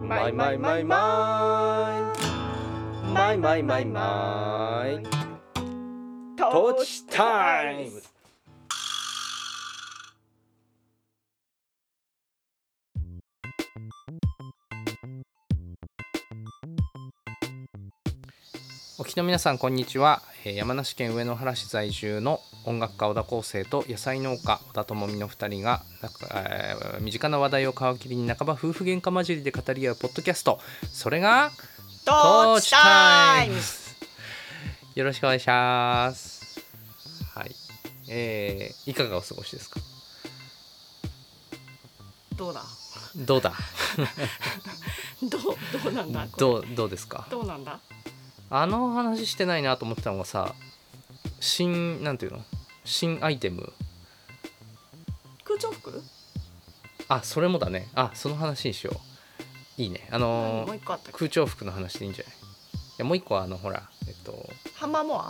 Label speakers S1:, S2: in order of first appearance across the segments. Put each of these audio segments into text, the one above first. S1: マイマイマイマイマイマイマイマイトーチタイム
S2: お聞きの皆さんこんにちはえー山梨県上野原市在住の音楽家小田康生と野菜農家小田智美の2人がなんか、えー身近な話題を皮切りに半ば夫婦喧嘩交じりで語り合うポッドキャストそれが
S1: ト
S2: トー
S1: ー
S2: チ
S1: チ
S2: タ
S1: タ
S2: イ
S1: イ
S2: ム
S1: ム
S2: よろしくお願いしますはいえー、いかがお過ごしですか
S1: どうだ
S2: どうだ
S1: どうどうなんだこれ
S2: どうどうですか
S1: どうなんだ
S2: あの話してないなと思ってたのがさ新なんていうの新アイテム
S1: 空調服
S2: あそれもだねあその話にしよういいねあの
S1: 何もう
S2: ー
S1: 一個あったっけ
S2: 空調服の話でいいんじゃないいやもう一個はあのほらえっと
S1: ハンマーモア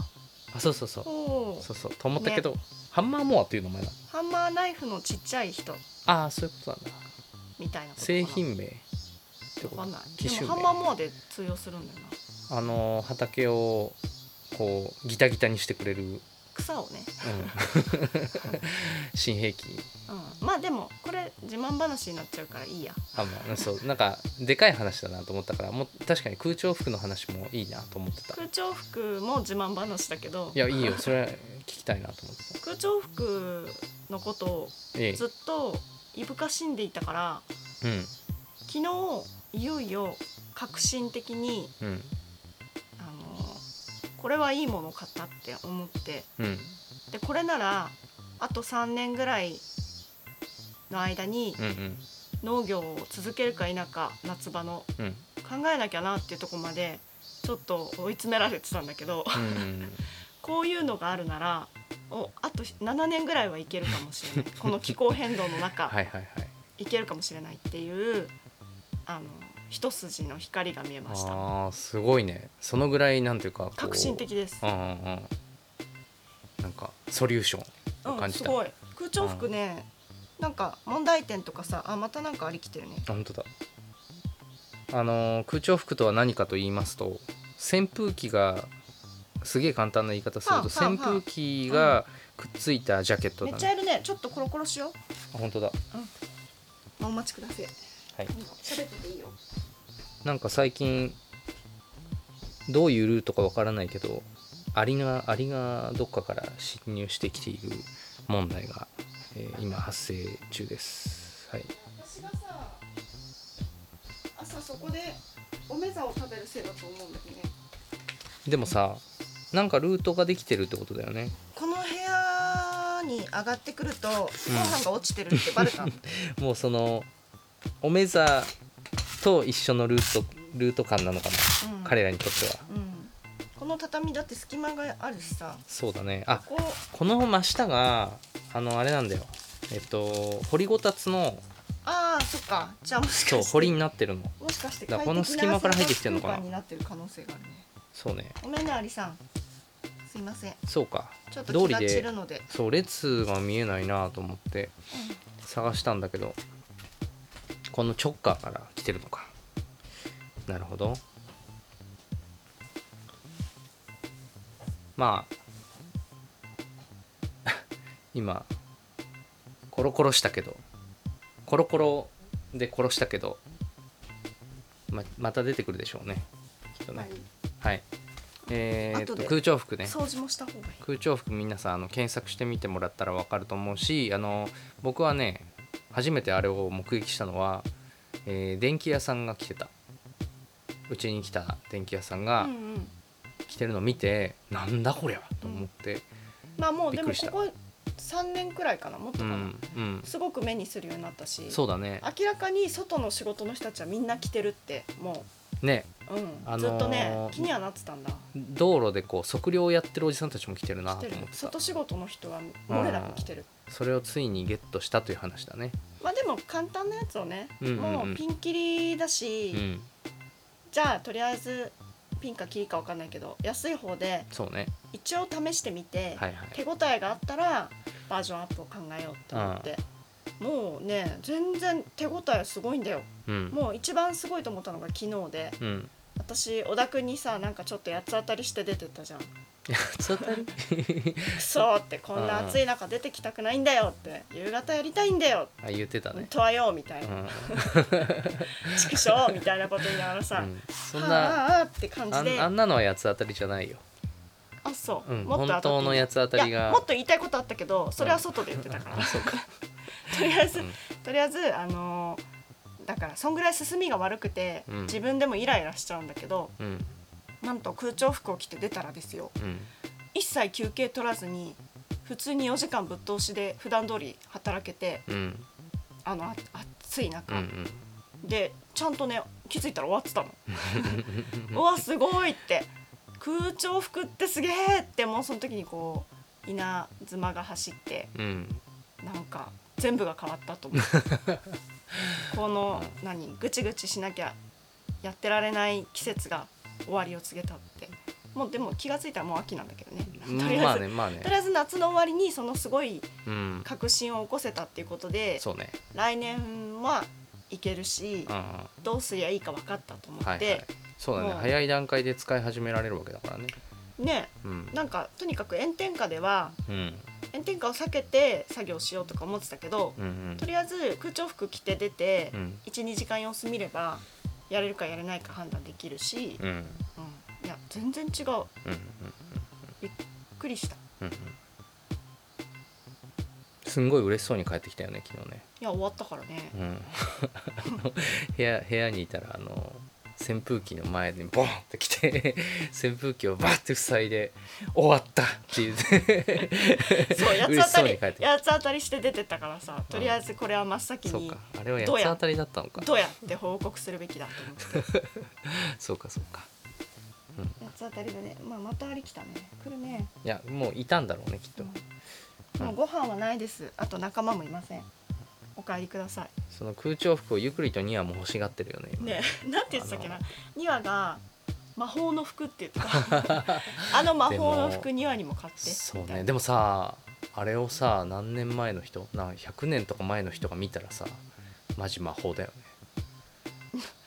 S2: あそうそうそう
S1: おー
S2: そうそうと思ったけど、ハンマーモアっていう名前だ
S1: ハンマーナイフのちっちゃい人
S2: ああそういうことなんだ
S1: みたいなことかな
S2: 製品名ってこ
S1: わかんない
S2: と
S1: で
S2: 機
S1: も
S2: 種
S1: ハンマー
S2: 名
S1: モアで通用するんだよな
S2: あのー畑をこうギタギタにしてくれる、うん
S1: 草をね、
S2: 新兵器
S1: うん、まあでもこれ自慢話になっちゃうからいいや
S2: あまあそうなんかでかい話だなと思ったからもう確かに空調服の話もいいなと思ってたい
S1: 空調服も自慢話だけど
S2: やいいよそれは聞きたいなと思ってた
S1: 空調服のことを
S2: え
S1: ずっといぶかしんでいたから
S2: え
S1: 昨日いよいよ革新的に
S2: うんうん
S1: あのこれはいいものを買ったって思って
S2: うん
S1: でこれならあと3年ぐらいの間に
S2: うんうん
S1: 農業を続けるか否か夏場の
S2: うんうん
S1: 考えなきゃなっていうとこまでちょっと追い詰められてたんだけど こういうのがあるならおあと7年ぐらいはいけるかもしれないこの気候変動の中、
S2: はいはいはい
S1: いけるかもしれないっていうあの一筋の光が見えました
S2: ああすごいねそのぐらいなんていうかこう
S1: 革新的です
S2: うんうんうんなんかソリューションを
S1: う
S2: 感
S1: ん
S2: じ
S1: す
S2: た、
S1: ごい空調服ねなんか問題点とかさあまたなんかありきてるね
S2: あ本当だあのー空調服とは何かと言いますと扇風機がすげえ簡単な言い方すると
S1: はあはあ
S2: 扇風機がくっついたジャケット
S1: め
S2: だ
S1: っちゃ
S2: ね
S1: いるねちょっとコロコロしよ
S2: あ本当だ
S1: う、まあお待ちください
S2: はい
S1: うん喋ってていいよ
S2: なんか最近どういうルートかわからないけどアリがアリがどっかから侵入してきている問題が、えー今発生中ですはい
S1: 私がさ朝そこでおめざを食べるせいだと思うんだけどね
S2: でもさなんかルートができてるってことだよね
S1: この部屋に上がってくるとご飯が落ちてるってバレた、
S2: もうそのおめざと一緒のルートルート感なのかな、
S1: うん
S2: 彼らにとっては
S1: うんこの畳だって隙間があるしさ
S2: そうだねあ
S1: こう
S2: この真下があのあれなんだよえっと掘りごたつの
S1: ああそっかじゃあもしか
S2: そう
S1: して
S2: 掘りになってるの
S1: もしかして
S2: だからこの隙間から入ってきてんのかな
S1: 快適な生活空間になってる可能性があるね
S2: そうね
S1: ごめんねアリさんすいません
S2: そうか
S1: ちょっと気
S2: 道理
S1: が散
S2: で
S1: るので
S2: そう列が見えないなと思って探したんだけどこのチョッカーから来てるのかなるほどまあ 今コロコロしたけどコロコロで殺したけどままた出てくるでしょうねきっと
S1: うん、は
S2: ね
S1: い
S2: はいえーっ
S1: 後
S2: と
S1: で
S2: 空調服ね
S1: 掃除もした方がいい
S2: 空調服皆さんあの検索してみてもらったら分かると思うしあの僕はね初めてあれを目撃したのは、えー電気屋さんが来てたうちに来た電気屋さんが
S1: うんうん
S2: 来てるのを見て、なんだこりゃと思って
S1: まあもう
S2: び
S1: で
S2: っく
S1: も
S2: りした
S1: ここ3年くらいかなもっと
S2: う
S1: かな、
S2: んうん
S1: すごく目にするようになったし
S2: そうだね
S1: 明らかに外の仕事の人たちはみんな来てるっても
S2: ね
S1: う、うん
S2: あのー
S1: ずっとね気にはなってたんだ
S2: 道路でこう測量をやってるおじさんたちも来てるな
S1: 来
S2: と
S1: てる
S2: 思ってた
S1: 外仕事の人は漏れなく来てる
S2: それをついにゲットしたという話だね
S1: まあでも簡単なやつをね、
S2: うんうんうん
S1: もうピンキリだし、
S2: うん
S1: じゃあとりあえずピンかキリかわかんないけど安い方で
S2: そうね
S1: 一応試してみて、
S2: はいはい
S1: 手応えがあったらバージョンアップを考えようと思って、もうね全然手応えすごいんだよ
S2: うん
S1: もう一番すごいと思ったのが昨日で
S2: うん
S1: 私小田君にさなんかちょっと八つ当たりして出て ったじゃん
S2: 八つ当たり
S1: くそーってこんな暑い中出てきたくないんだよって夕方やりたいんだよ
S2: あ言ってた
S1: 本
S2: ね
S1: 当はよみたいな
S2: うん
S1: 畜生みたいなこと言いながら
S2: う
S1: さ、
S2: んそん
S1: は
S2: な
S1: あはあって感
S2: あ
S1: じ
S2: ん
S1: で
S2: あ
S1: あ
S2: んなのは八つ当たりじゃないよ
S1: そう、
S2: うん
S1: もっと
S2: 本当の
S1: や
S2: 八つ当たり
S1: いや
S2: が
S1: もっと言いたいことあったけどそれは外で言ってたから、
S2: あそうか
S1: とりあえず、
S2: うん
S1: とりあえずあのーだからそんぐらい進みが悪くて、
S2: うん
S1: 自分でもイライラしちゃうんだけど
S2: うん
S1: なんと空調服を着て出たらですよ
S2: うん
S1: 一切休憩取らずに普通に4時間ぶっ通しで普段通り働けて
S2: うん
S1: あのあ暑い中、
S2: うんうん
S1: でちゃんとね気づいたら終わってたの。 うわすごいって空調服ってすげえってもうその時にこう稲妻が走って
S2: うん
S1: なんか全部が変わった と思うこの何ぐちぐちしなきゃやってられない季節が終わりを告げたってもうでも気が付いたらもう秋なんだけどねとりあえず、
S2: まあねまあ
S1: とり
S2: ね
S1: あえず夏の終わりにそのすごい
S2: うん
S1: 確信を起こせたっていうことで
S2: そうね
S1: 来年はいけるし
S2: うんうん
S1: どうすりゃいいか分かったと思って、
S2: はいはいそうだね
S1: もう
S2: 早い段階で使い始められるわけだからね
S1: ね
S2: うん
S1: なんかとにかく炎天下では
S2: うん
S1: 炎天下を避けて作業しようとか思ってたけど、
S2: うんうん
S1: とりあえず空調服着て出て、
S2: うん
S1: 12時間様子見ればやれるかやれないか判断できるし、
S2: うんうん
S1: うんいや全然違う
S2: うん
S1: びっくりしたい
S2: うんうんすんごい嬉しそうに帰ってきたよね昨日ね
S1: や終わったから ね
S2: うんあの部屋部屋にいたらあの扇風機の前にボンって来て 扇風機をバッて塞いで「終わった!」って言って
S1: そう八
S2: 嬉し
S1: つ当た
S2: そう
S1: り
S2: に帰って
S1: 八つ当たりして出てったからさとりあえずこれは真っ先
S2: そう
S1: に
S2: かあれは八
S1: どう
S2: つ
S1: や
S2: 当たりだったのか
S1: どうやって報告するべきだと思って
S2: そうかそうか
S1: 八つ当たりだね、まあ、またありきたね来るね
S2: いやもういたんだろうねきっと
S1: もうご飯はないですあと仲間もいませんお帰りください
S2: その空調服をゆっくりとニアも欲しがってるよね今
S1: ねえ なんて言ってたっけ
S2: あ
S1: な
S2: の
S1: 2話が魔法の服って言ってた あの魔法の服
S2: で
S1: 2話にも買って
S2: そう
S1: みたい
S2: ね
S1: な
S2: でもさあれをさ何年前の人な100年とか前の人が見たらさマジ魔法だよね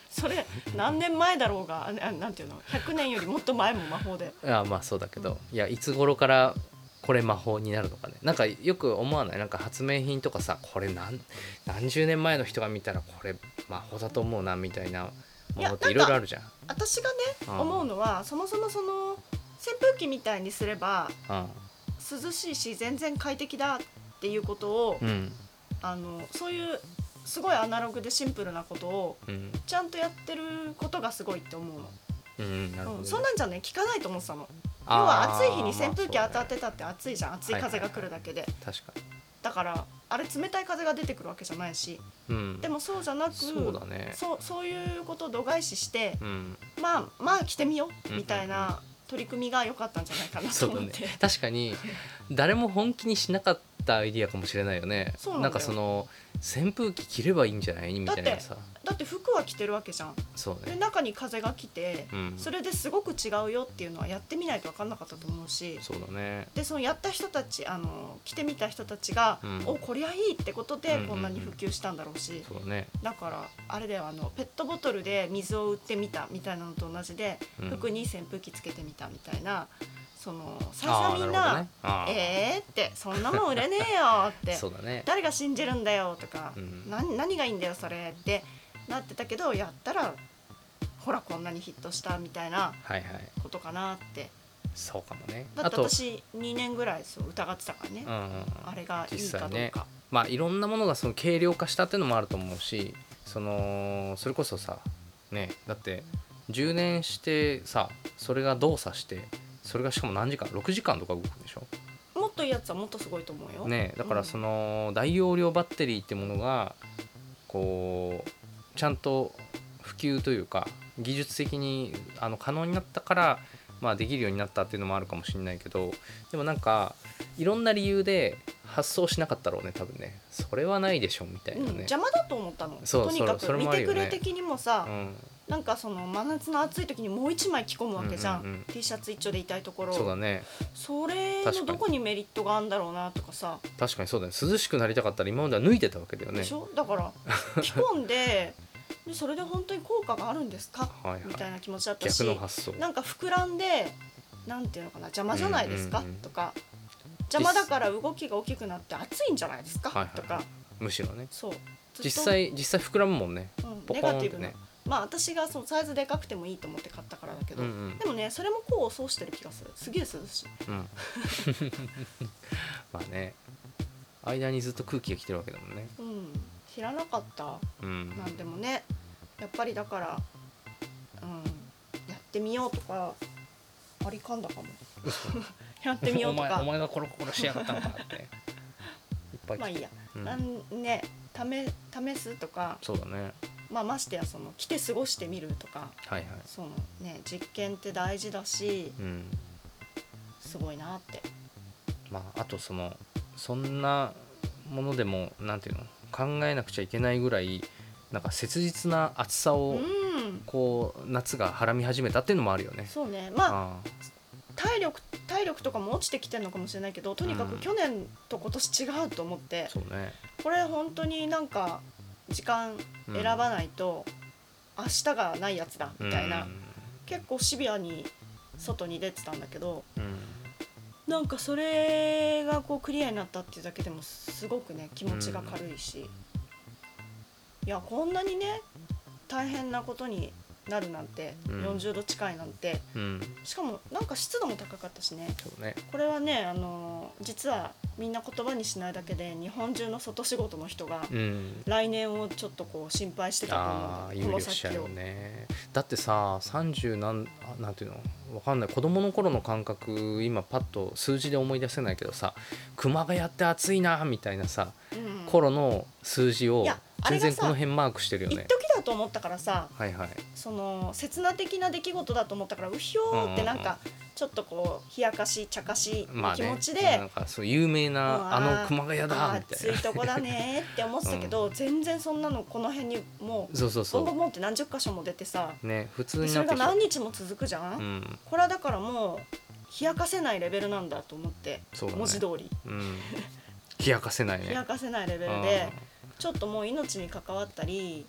S1: それ何年前だろうがああなんていうの100年よりもっと前も魔法で
S2: あまあそうだけど、いやいつ頃からこれ魔法になるのかねなんかよく思わないなんか発明品とかさこれ何何十年前の人が見たらこれ魔法だと思うなみたいなものってい
S1: いやなんか
S2: ろいろあるじゃん
S1: 私がね
S2: うん
S1: 思うのはそもそもその扇風機みたいにすれば
S2: あ
S1: 涼しいし全然快適だっていうことを、
S2: うん
S1: あのそういうすごいアナログでシンプルなことを
S2: うん
S1: ちゃんとやってることがすごいって思うの、
S2: うんなるほど、
S1: う
S2: ね
S1: ん、そんなんじゃね効かないと思ってたの要
S2: あー
S1: は暑い日に扇風機
S2: まあ
S1: 当たっ
S2: そう
S1: て
S2: だね
S1: たって暑いじゃん暑い風が来るだけで、
S2: 確か
S1: だからあれ冷たい風が出てくるわけじゃないし
S2: にうん
S1: でもそうじゃなく
S2: そうだね
S1: そうそういうことを度外視して
S2: うん
S1: まあまあ着てみよ
S2: うん
S1: う
S2: う
S1: んみたいな取り組みが良かったんじゃないかなと
S2: そう
S1: 思
S2: だ
S1: っ
S2: ね
S1: て、
S2: 確かに誰も本気にしなかったアイディアかもしれないよね
S1: そうなんだよ
S2: なんかその扇風機着ればいいんじゃないみたいなさ
S1: だって服は着てるわけじゃん
S2: そう
S1: で
S2: ね
S1: 中に風が来て
S2: うん
S1: それですごく違うよっていうのはやってみないと分かんなかったと思うし
S2: そうだね
S1: でそのやった人たちあの着てみた人たちが、
S2: うん
S1: おこりゃいいってこと
S2: うんうん
S1: で
S2: うん
S1: こんなに普及したんだろうし、
S2: そうだね
S1: だからあれだよあのペットボトルで水を売ってみたみたいなのと同じで、
S2: うん
S1: 服に扇風機つけてみたみたいなその最
S2: あ
S1: 初
S2: あ
S1: みん
S2: るほど
S1: な
S2: ねあ
S1: 「
S2: あ
S1: えー?」って「そんなもん売れねえよ」って
S2: そうだね
S1: 「誰が信じるんだよ」とか「
S2: うん
S1: な何がいいんだよそれ」ってなってたけどやったらほらこんなにヒットしたみたいな
S2: はいはい
S1: ことかなって
S2: そうかもね
S1: だ
S2: あ
S1: って
S2: と、
S1: 私2年ぐらいそう疑ってたからね、
S2: うんうん、
S1: あれがいいかどうか、
S2: 実際ねまあいろんなものがその軽量化したっていうのもあると思うしそのそれこそさねだって充電してさそれが動作してそれがしかも何時間6時間とか動くんでしょ
S1: もっといいやつはもっとすごいと思うよ。
S2: ねだからそ
S1: の、
S2: の大容量バッテリーってものがこうちゃんと普及というか技術的にあの可能になったから、まあ、できるようになったっていうのもあるかもしれないけどでもなんかいろんな理由で発想しなかったろうね多分ねそれはないでしょみたいな
S1: うん
S2: ね、
S1: 邪魔だと思ったの
S2: そう
S1: とにか
S2: それ
S1: く見
S2: それもある
S1: て
S2: よね
S1: くれ的にもさ、
S2: うん
S1: なんかその真夏の暑い時にもう一枚着込むわけじゃん,、
S2: うんうんうん
S1: T シャツ一丁でいたいところ
S2: そうだね
S1: それのどこにメリットがあるんだろうなとかさ
S2: 確かにそうだね涼しくなりたかったら今までは脱いでたわけだよね
S1: でしょだから着込ん ででそれで本当に効果があるんですか
S2: はいはい
S1: みたいな気持ちだったし
S2: 逆の発想
S1: なんか膨らんでなんていうのかな邪魔じゃないですか、
S2: うんうんうん
S1: とか邪魔だから動きが大きくなって暑いんじゃないですか、
S2: はいはい
S1: とか
S2: むしろね
S1: そうずっと
S2: 実際実際膨らむもんね
S1: うん
S2: ポ
S1: ネ
S2: コー
S1: ガ
S2: ンっ
S1: テ
S2: て
S1: ィブな、
S2: ね
S1: まあ私がそのサイズでかくてもいいと思って買ったからだけど、
S2: うんうん
S1: でもねそれも功を奏してる気がするすげえ涼しい
S2: うん まあね間にずっと空気が来てるわけだもんね
S1: うん知らなかった
S2: うん
S1: なんでもねやっぱりだから、うん、やってみようとかありかんだかもやってみようと
S2: お前お
S1: か
S2: 前がコロコロしやがったのかっていっぱい来て
S1: まあいいや、
S2: うん
S1: なんね試試すとか、
S2: そうだね
S1: まあ、ましてやその来て過ごしてみるとか
S2: はいはい
S1: その、ね、実験って大事だし
S2: うん
S1: すごいなって
S2: まああとそのそんなものでもなんていうの考えなくちゃいけないぐらいなんか切実な暑さ
S1: う
S2: を
S1: ん
S2: こう夏がはらみ始めたっていうのもあるよね
S1: そうねまあ
S2: ああ
S1: 体力体力とかも落ちてきてるのかもしれないけどとにか
S2: う
S1: く
S2: ん
S1: 去年と今年違うと思って、
S2: そうね
S1: これ本当になんか時間選ばないと明日がないやつだみたいな、結構シビアに外に出てたんだけど
S2: うんうん
S1: なんかそれがこうクリアになったっていうだけでもすごくね気持ちが軽いし、いやこんなにね大変なことになるなんて、
S2: うん
S1: 40度近いなんて
S2: うん
S1: しかもなんか湿度も高かったしね
S2: そうね
S1: これはねあのー実はみんな言葉にしないだけで日本中の外仕事の人が
S2: うん
S1: 来年をちょっとこう心配してたと
S2: あ
S1: 思
S2: あ
S1: う
S2: 有
S1: この
S2: 力者
S1: 先
S2: よ
S1: を。
S2: ねだってさ30なんあなんていうのわかんない子供の頃の感覚今パッと数字で思い出せないけどさ熊谷って暑いなみたいなさ
S1: うん
S2: 頃の数字を
S1: いやあ
S2: 全
S1: れがさ
S2: 然この辺マークしてるよ
S1: 一
S2: ね
S1: 時だと思ったからさ
S2: はいはい
S1: その刹那的な出来事だと思ったからうひょーってなんかちょっとこう冷やかし茶化し
S2: まあ
S1: 気
S2: ね
S1: 持ちで、
S2: なんかそう有名
S1: うん
S2: なあの熊谷
S1: あ
S2: だ
S1: ー
S2: みた
S1: 暑
S2: い
S1: い
S2: な
S1: とこだねーって思ってたけど、全然そんなのこの辺にもう
S2: そうそ
S1: ボ
S2: う
S1: ンボ
S2: そ
S1: ンボンって何十箇所も出てさ
S2: うね普通
S1: で
S2: に
S1: そ
S2: なっ
S1: れ
S2: て
S1: が
S2: きた
S1: 何日も続くじゃん、
S2: うん
S1: これはだからもう冷やかせないレベルなんだと思って、
S2: そうだね
S1: 文字通り
S2: うん 冷やかせないね
S1: 冷やかせないレベルで、ちょっともう命に関わったり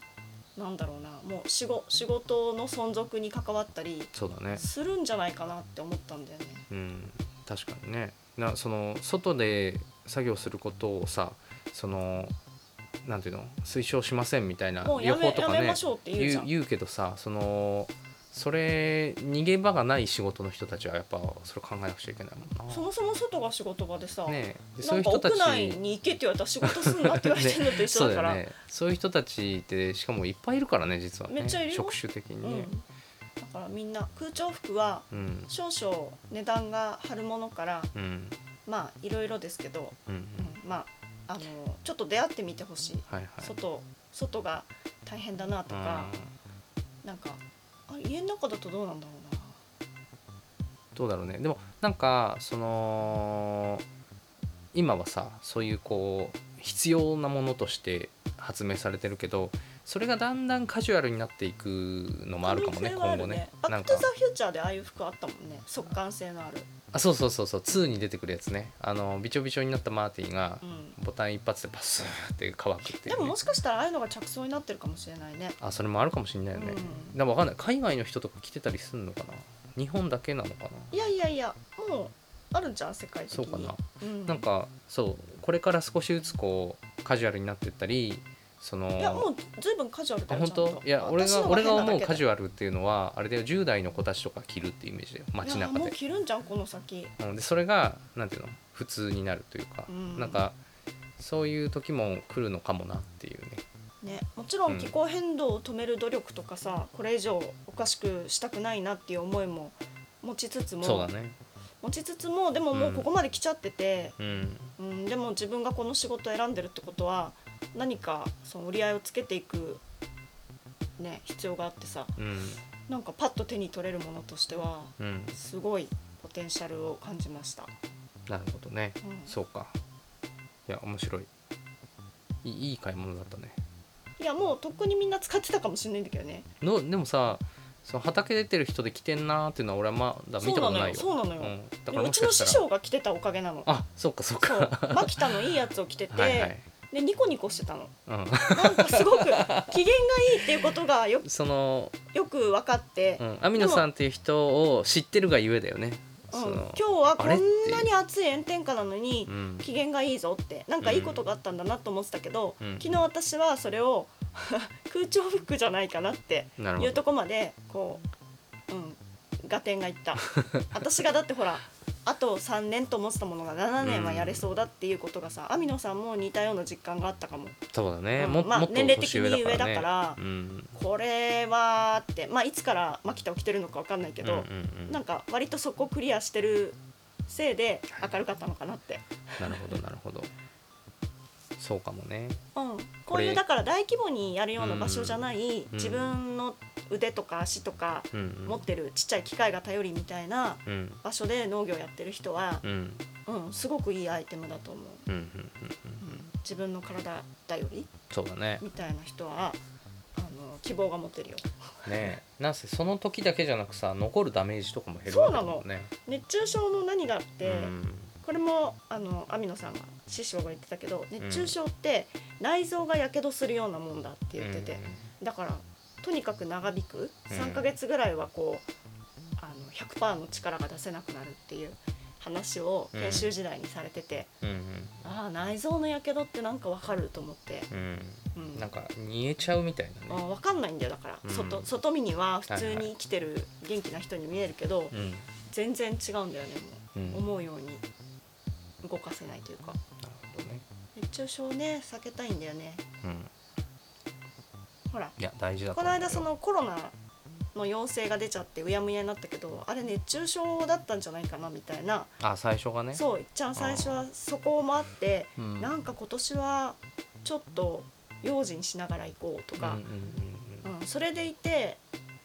S1: なんだろうなもう仕事仕事の存続に関わったり
S2: うんそうだね
S1: するんじゃないかなって思ったんだよね。
S2: うん確かにねなその外で作業することをさそのなんていうの推奨しませんみたいな
S1: もうや
S2: 予
S1: め,、
S2: 報と
S1: や
S2: か
S1: め
S2: ね
S1: ましょうって言うじ
S2: 言
S1: ゃ。
S2: うん言うけどさそのそれ逃げ場がない仕事の人たちはやっぱそれ考えなくちゃいけないもんな
S1: そもそも外が仕事場でさ、
S2: ねえでそ
S1: な
S2: ういうん
S1: か
S2: 人
S1: 屋
S2: たち
S1: 内に行けって言われたら仕事すんなって言われてるのと一緒だから、
S2: ね、 そういう人たちってしかもいっぱいいるからね実はね
S1: めっちゃいるよ
S2: 職種的
S1: う
S2: にね
S1: ん、だからみんな空調服は
S2: うん
S1: 少々値段が張るものから
S2: うん
S1: まあいろいろですけど、
S2: うん、
S1: うんまああのちょっと出会ってみてほしい、
S2: はいはい
S1: 外外が大変だなとか、
S2: うん
S1: なんかあ家の中だとどうなんだろうな
S2: どうだろうねでもなんかその今はさそういうこう必要なものとして発明されてるけどそれがだんだんカジュアルになっていくのもあるかもね
S1: 可能性はあ
S2: 今
S1: る
S2: 後ね
S1: バ
S2: な
S1: ッ
S2: ん
S1: ク・ト
S2: か
S1: ゥ・ザ・フューチャーでああいう服あったもんね速乾性のある、
S2: あそうそうそうそう2に出てくるやつねあのびちょびちょになったマーティが
S1: うん、
S2: ボタン一発でパスーって乾くってい
S1: で
S2: う、
S1: も
S2: ね
S1: も、しかしたらああいうのが着想になってるかもしれないね
S2: あそれもあるかもしれないよ
S1: う
S2: ね、
S1: ん
S2: でも分かんない海外の人とか来てたりするのかな日本だけなのかない
S1: やいやいやもうあるんじゃん世界的に
S2: そうかな、
S1: うん、
S2: なんかそうこれから少しずつこうカジュアルになってったりその
S1: いやもうずいぶんカジュアル
S2: あ
S1: だよ
S2: 本
S1: ちゃん
S2: 当
S1: と
S2: いや俺が俺が思うカジ
S1: ュ
S2: ュアルっていうのはあれだよ10代の子たちとか着るっていうイメージだよ街中
S1: もう
S2: で
S1: 着るんじゃんこの先
S2: うんでそれがなんていうの普通になるというか、
S1: うん
S2: なんかそういう時も来るのかもなっていうね
S1: ねもちろ
S2: うん
S1: ん気候変動を止める努力とかさ、これ以上おかしくしたくないなっていう思いも持ちつつも、
S2: そうだね
S1: 持ちつつもでももうここまで来ちゃってて、
S2: うん
S1: うん、でも自分がこの仕事を選んでるってことは何かその折り合いをつけていく、ね、必要があってさ
S2: うん
S1: なんかパッと手に取れるものとしては
S2: うん
S1: すごいポテンシャルを感じました。
S2: なるほどね
S1: うん
S2: そうかいや面白いいいいい買い物だったね
S1: いやもうとっくにみんな使ってたかもしれないんだけどね
S2: のでもさその畑出てる人で着てんなーっていうのは俺はまだ見たことないよ
S1: そうなのよそうなのよ
S2: ん、だ
S1: で
S2: から
S1: う
S2: もし
S1: ちの
S2: かした
S1: 師
S2: ら
S1: 匠が着てたおかげなの
S2: あそうかそう
S1: そ
S2: か
S1: うマキタのいいやつを着てて
S2: はいはい、
S1: でニコニコしてたの
S2: う
S1: なんかすごく機嫌がいいっていうことがよ
S2: ん、その、
S1: よく分かって、
S2: う
S1: うん
S2: ん、網野さんっていう人を知ってるがゆえだよね、そ
S1: 今
S2: の
S1: 日はこん
S2: あれって
S1: なに暑い炎天下なのに、
S2: うん
S1: 機嫌がいいぞってなんかいいことがあったんだなと思ってたけど、
S2: うん
S1: 昨日私はそれを 空調服じゃないかなって
S2: なるほ
S1: いう
S2: ど
S1: とこまでこううん合点がいった 私がだってほらあと3年と思ってたものが7年はやれそうだっていうことがさ網野さんも似たような実感があったかも、
S2: そうだね、
S1: うん
S2: も
S1: まあ
S2: もっと
S1: 年齢的
S2: 年
S1: に
S2: 上だからね
S1: 上だから
S2: うん
S1: これはってまあいつからマキタを着てるのかわかんないけど、
S2: うんうんうん
S1: なんか割とそこクリアしてるせいで明るかったのかなって、
S2: なるほどなるほどそうかもね
S1: うん、こ
S2: こ
S1: う
S2: れ
S1: いうだから大規模にやるような場所じゃない、
S2: ん
S1: 自分の腕とか足とか
S2: うん
S1: 持ってるちっちゃい機械が頼りみたいな
S2: うんうん
S1: 場所で農業やってる人は、
S2: うんうん
S1: うん、すごくいいアイテムだと思う、
S2: うんうん
S1: うん、自分の体頼り
S2: そうだね
S1: みたいな人はあの希望が持てるよ
S2: ねなんせその時だけじゃなくさ残るダメージとかも減るわけだもんね
S1: 熱中症の何があっ
S2: う
S1: て、
S2: ん
S1: これもあの網野さんが師匠が言ってたけど熱中症って内臓がやけどするようなもんだって言ってて、だからとにかく長引く
S2: うん
S1: 3ヶ月ぐらいはこうあの100%の力が出せなくなるっていう話を
S2: うん
S1: 研修時代にされてて、
S2: うん
S1: ああ内臓のやけどってなんかわかると思って、
S2: うんうん
S1: う
S2: うんんなんか煮えちゃうみたい
S1: あ
S2: なね
S1: ーわかんないんだよだから、
S2: うん
S1: 外外見には普
S2: は
S1: 通
S2: いはい
S1: に生きてる元気な人に見えるけど、
S2: うん
S1: 全然違うんだよね
S2: う
S1: も
S2: ん
S1: う思うように動かせないというか。
S2: なるほどね
S1: 熱中症ね避けたいんだよね
S2: うん
S1: ほら
S2: いや大事だ
S1: こ
S2: と思
S1: の
S2: うよ
S1: 間そのコロナの陽性が出ちゃってうやむやになったけどあれ熱中症だったんじゃないかなみたいな
S2: あ最初がね
S1: そういっちゃん最初はそこもあって
S2: うん
S1: なんか今年はちょっと用心しながら行こうとか
S2: うん、うん
S1: うんそれでいて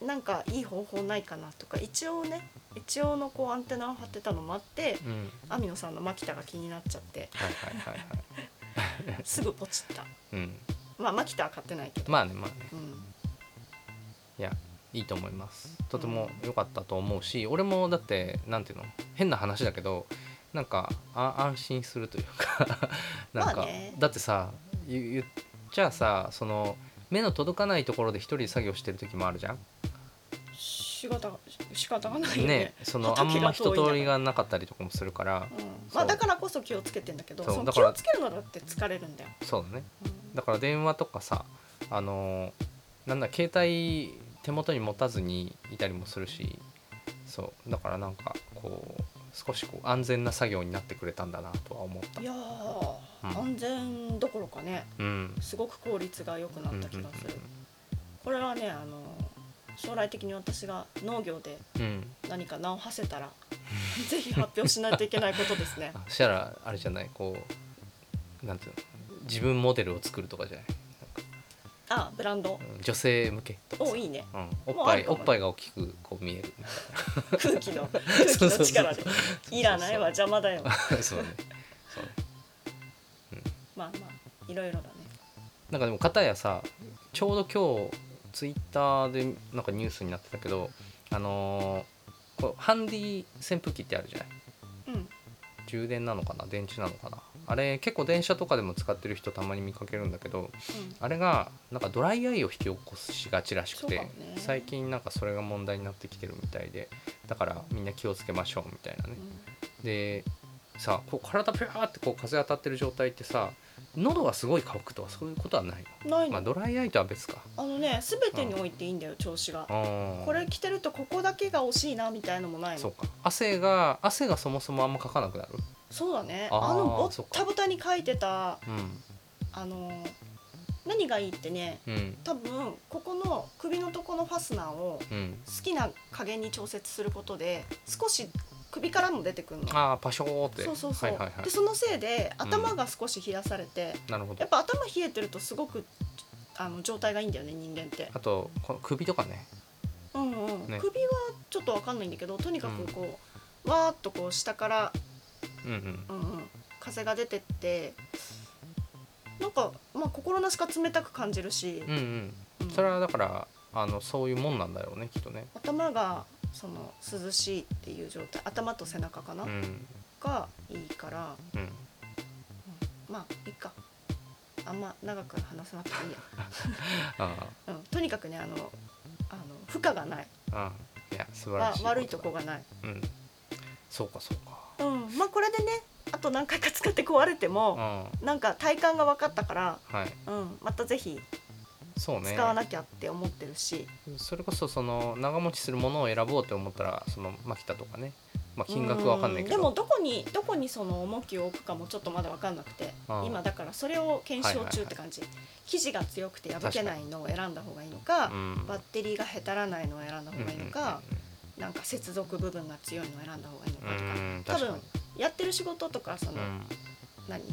S1: なんかいい方法ないかなとか一応ね一応のこうアンテナを張ってたのもあって
S2: うんうんうん
S1: 網野さんの牧田が気になっちゃって
S2: はいはいはいはい
S1: すぐポチった
S2: うん
S1: まあ牧田は買ってないけど、
S2: まあねまあね
S1: うん
S2: いやいいと思いますとても良かったと思うし、俺もだってなんていうの変な話だけどなんかあ安心するというか なんか、
S1: まあね
S2: だってさ言言っちゃあさその目の届かないところで一人で作業してる時もあるじゃん
S1: 仕方が仕方がないよ
S2: ね
S1: ね
S2: そのあん
S1: 畑
S2: ま
S1: が遠い
S2: 人
S1: んだから
S2: 通りがなかったりとかもするか
S1: うん
S2: ら
S1: ま
S2: そ
S1: あ
S2: う
S1: だからこそ気をつけてんだけど
S2: そう
S1: その
S2: だか
S1: 気
S2: ら
S1: をつけるのだって疲れるんだよ、
S2: そうだね
S1: うん
S2: だから電話とかさあのなんだ携帯手元に持たずにいたりもするしそうだからなんかこう少しこう安全な作業になってくれたんだなとは思った
S1: いやー、
S2: うん
S1: 安全どころかね
S2: うん
S1: すごく効率が良くなった気がする、これはねあの将来的に私が農業で
S2: うんうんうん
S1: 何か名を馳せ たらぜひ発表しないといけないことですね
S2: あそしたらあれじゃないこうなんていうの自分モデルを作るとかじゃない
S1: あブランド
S2: うん女性向けとかさ
S1: おいいね
S2: うん、お
S1: も
S2: っ
S1: うあ
S2: ぱ
S1: る
S2: い
S1: かも
S2: おっぱいが大きくこう見える
S1: 空気 の空気の力で
S2: そうそうそう
S1: いらないわ邪魔だよ
S2: そうねそうね
S1: まあまあいろいろだね
S2: なんかでも片やさちょうど今日ツイッターでなんかニュースになってたけどあのーこうハンディ扇風機ってあるじゃない
S1: うん
S2: 充電なのかな電池なのかなあれ結構電車とかでも使ってる人たまに見かけるんだけどあれがなんかドライアイを引き起こしがちらしくて、
S1: そうかもね
S2: 最近なんかそれが問題になってきてるみたいでだからみんな気をつけましょうみたいなね
S1: うん、うん
S2: でさこう体ピューってこう風当たってる状態ってさ喉がすごい乾くとかそういうことはない
S1: ない
S2: の、ま
S1: の
S2: あ、ドライアイとは別か
S1: あのね全てにおいていいんだよ調子が
S2: こ
S1: これ着てるとここだけが惜しいなみたいのもないの
S2: そ
S1: そうう
S2: か汗が汗がそもそもあんまかかなくなる
S1: だね
S2: あー
S1: あのぼっ
S2: そっか
S1: たぼたに書いてた
S2: う
S1: あのー何がいいってね
S2: んうん
S1: 多分ここの首のとこのファスナーを
S2: うん
S1: 好きな加減に調節することで少し首からも出てくるの
S2: ああパショーって
S1: そうそうそう、
S2: はいはいは
S1: で
S2: い
S1: そのせいで頭が少し冷やされて、
S2: なるほ
S1: や
S2: ど
S1: っぱ頭冷えてるとすごくあの状態がいいんだよね人間って
S2: あとこの首とかね
S1: うんうん
S2: ね
S1: 首はちょっとわかんないんだけどとにかくこう、わーっとこう下から、
S2: うんうん
S1: うんうん、風が出てってなんか、まあ、心なしか冷たく感じるし、
S2: う
S1: う
S2: んうんんそれはだからあのそういうもんなんだろうねきっとね
S1: 頭がその涼しいっていう状態頭と背中かな、
S2: うん
S1: がいいから、
S2: うん
S1: うんまあいいかあんま長く話さなくていい や、
S2: あ
S1: うん、とにかくねあのあの負荷がない
S2: あああいや素晴
S1: わ
S2: らしい
S1: 悪いとこがない、
S2: うんそうかそうか
S1: うん、まあこれでねあと何回か使って壊れて
S2: うん
S1: も
S2: は
S1: なんか体感が分かったから、
S2: い
S1: うん、またぜひ
S2: そうね
S1: 使わなきゃって思ってるし、
S2: それこそその長持ちするものを選ぼうって思ったらそのマキタとかねまあ金額は分かんないけど
S1: うでもどこにどこにその重きを置くかもちょっとまだ分かんなくて
S2: ああ
S1: 今だからそれを検証中って感じ、生地が強くて破けないのを選んだ方がいいのか
S2: うん
S1: バッテリーがへたらないのを選んだ方がいいのか、
S2: う
S1: なんか接続部分が強いのを選んだ方がいいの
S2: んうん
S1: かと
S2: う
S1: か、
S2: んうん
S1: 多
S2: 確か
S1: 分やってる仕事とかそ
S2: にう
S1: の、
S2: ん
S1: 何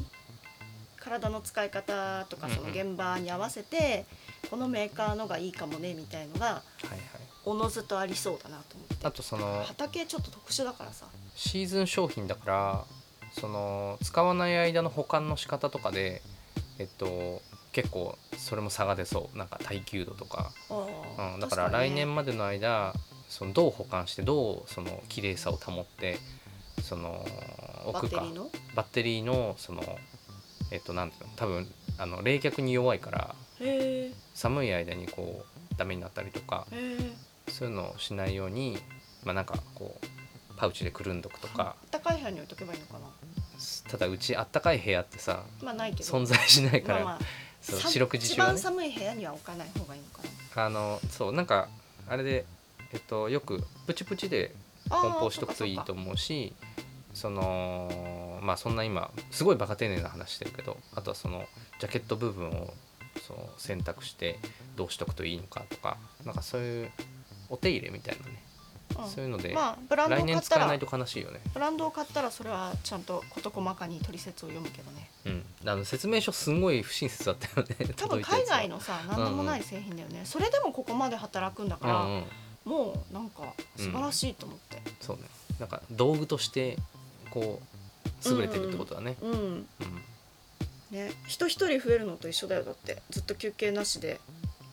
S1: 体の使い方とか
S2: うんうん
S1: その現場に合わせて、このメーカーのがいいかもねみたいのが
S2: はいはい
S1: おのずとありそうだなと思って
S2: あとその
S1: 畑ちょっと特殊だからさ
S2: シーズン商品だからその使わない間の保管の仕方とかでえっと結構それも差が出そうなんか耐久度とか、
S1: う
S2: うん、だから来年までの間そのどう保管してどうその綺麗さを保ってその
S1: バッ
S2: 置く
S1: テ
S2: か
S1: リーの
S2: バッテリーのそのえっとなんていうの多分あの冷却に弱いから
S1: へえ
S2: 寒い間にこうダメになったりとか
S1: へえ
S2: そういうのをしないようにまあなんかこうパウチでくるんどくとか
S1: 高い部屋に置いとけばいいのかな
S2: ただうちあったかい部屋ってさ
S1: まあないけど
S2: 存在しないから、
S1: まあまあ
S2: そう
S1: さ
S2: 四六時
S1: 一
S2: 中は
S1: 番
S2: ね
S1: 寒い部屋には置かない方がいいのかな
S2: あのそうなんかあれで、えっと、よくプチプチで
S1: あ
S2: 梱
S1: ー
S2: 包しとくといいと思うしそのまあそんな今すごいバカ丁寧な話してるけどあとはそのジャケット部分をそう選択してどうしとくといいのかとかなんかそういうお手入れみたいなね、
S1: そっかうん
S2: そういうので、
S1: まあブランドを
S2: 来
S1: 買
S2: 年
S1: っ
S2: 使
S1: た
S2: わ
S1: ら
S2: ないと悲しいよね、
S1: ブランドを買ったらそれはちゃんと事細かに取説を読むけどね
S2: うん、あの説明書すんごい不親切だったよね
S1: 多分
S2: 届いたや
S1: 海
S2: つは
S1: 外のさ何でもない製品だよね、それでもここまで働くんだから、
S2: うんうん、
S1: もうなんか素晴らしいと思って
S2: そうねなんか道具としてこう優れてるってことだね、
S1: うん、
S2: うん
S1: ね人一人増えるのと一緒だよだってずっと休憩なしで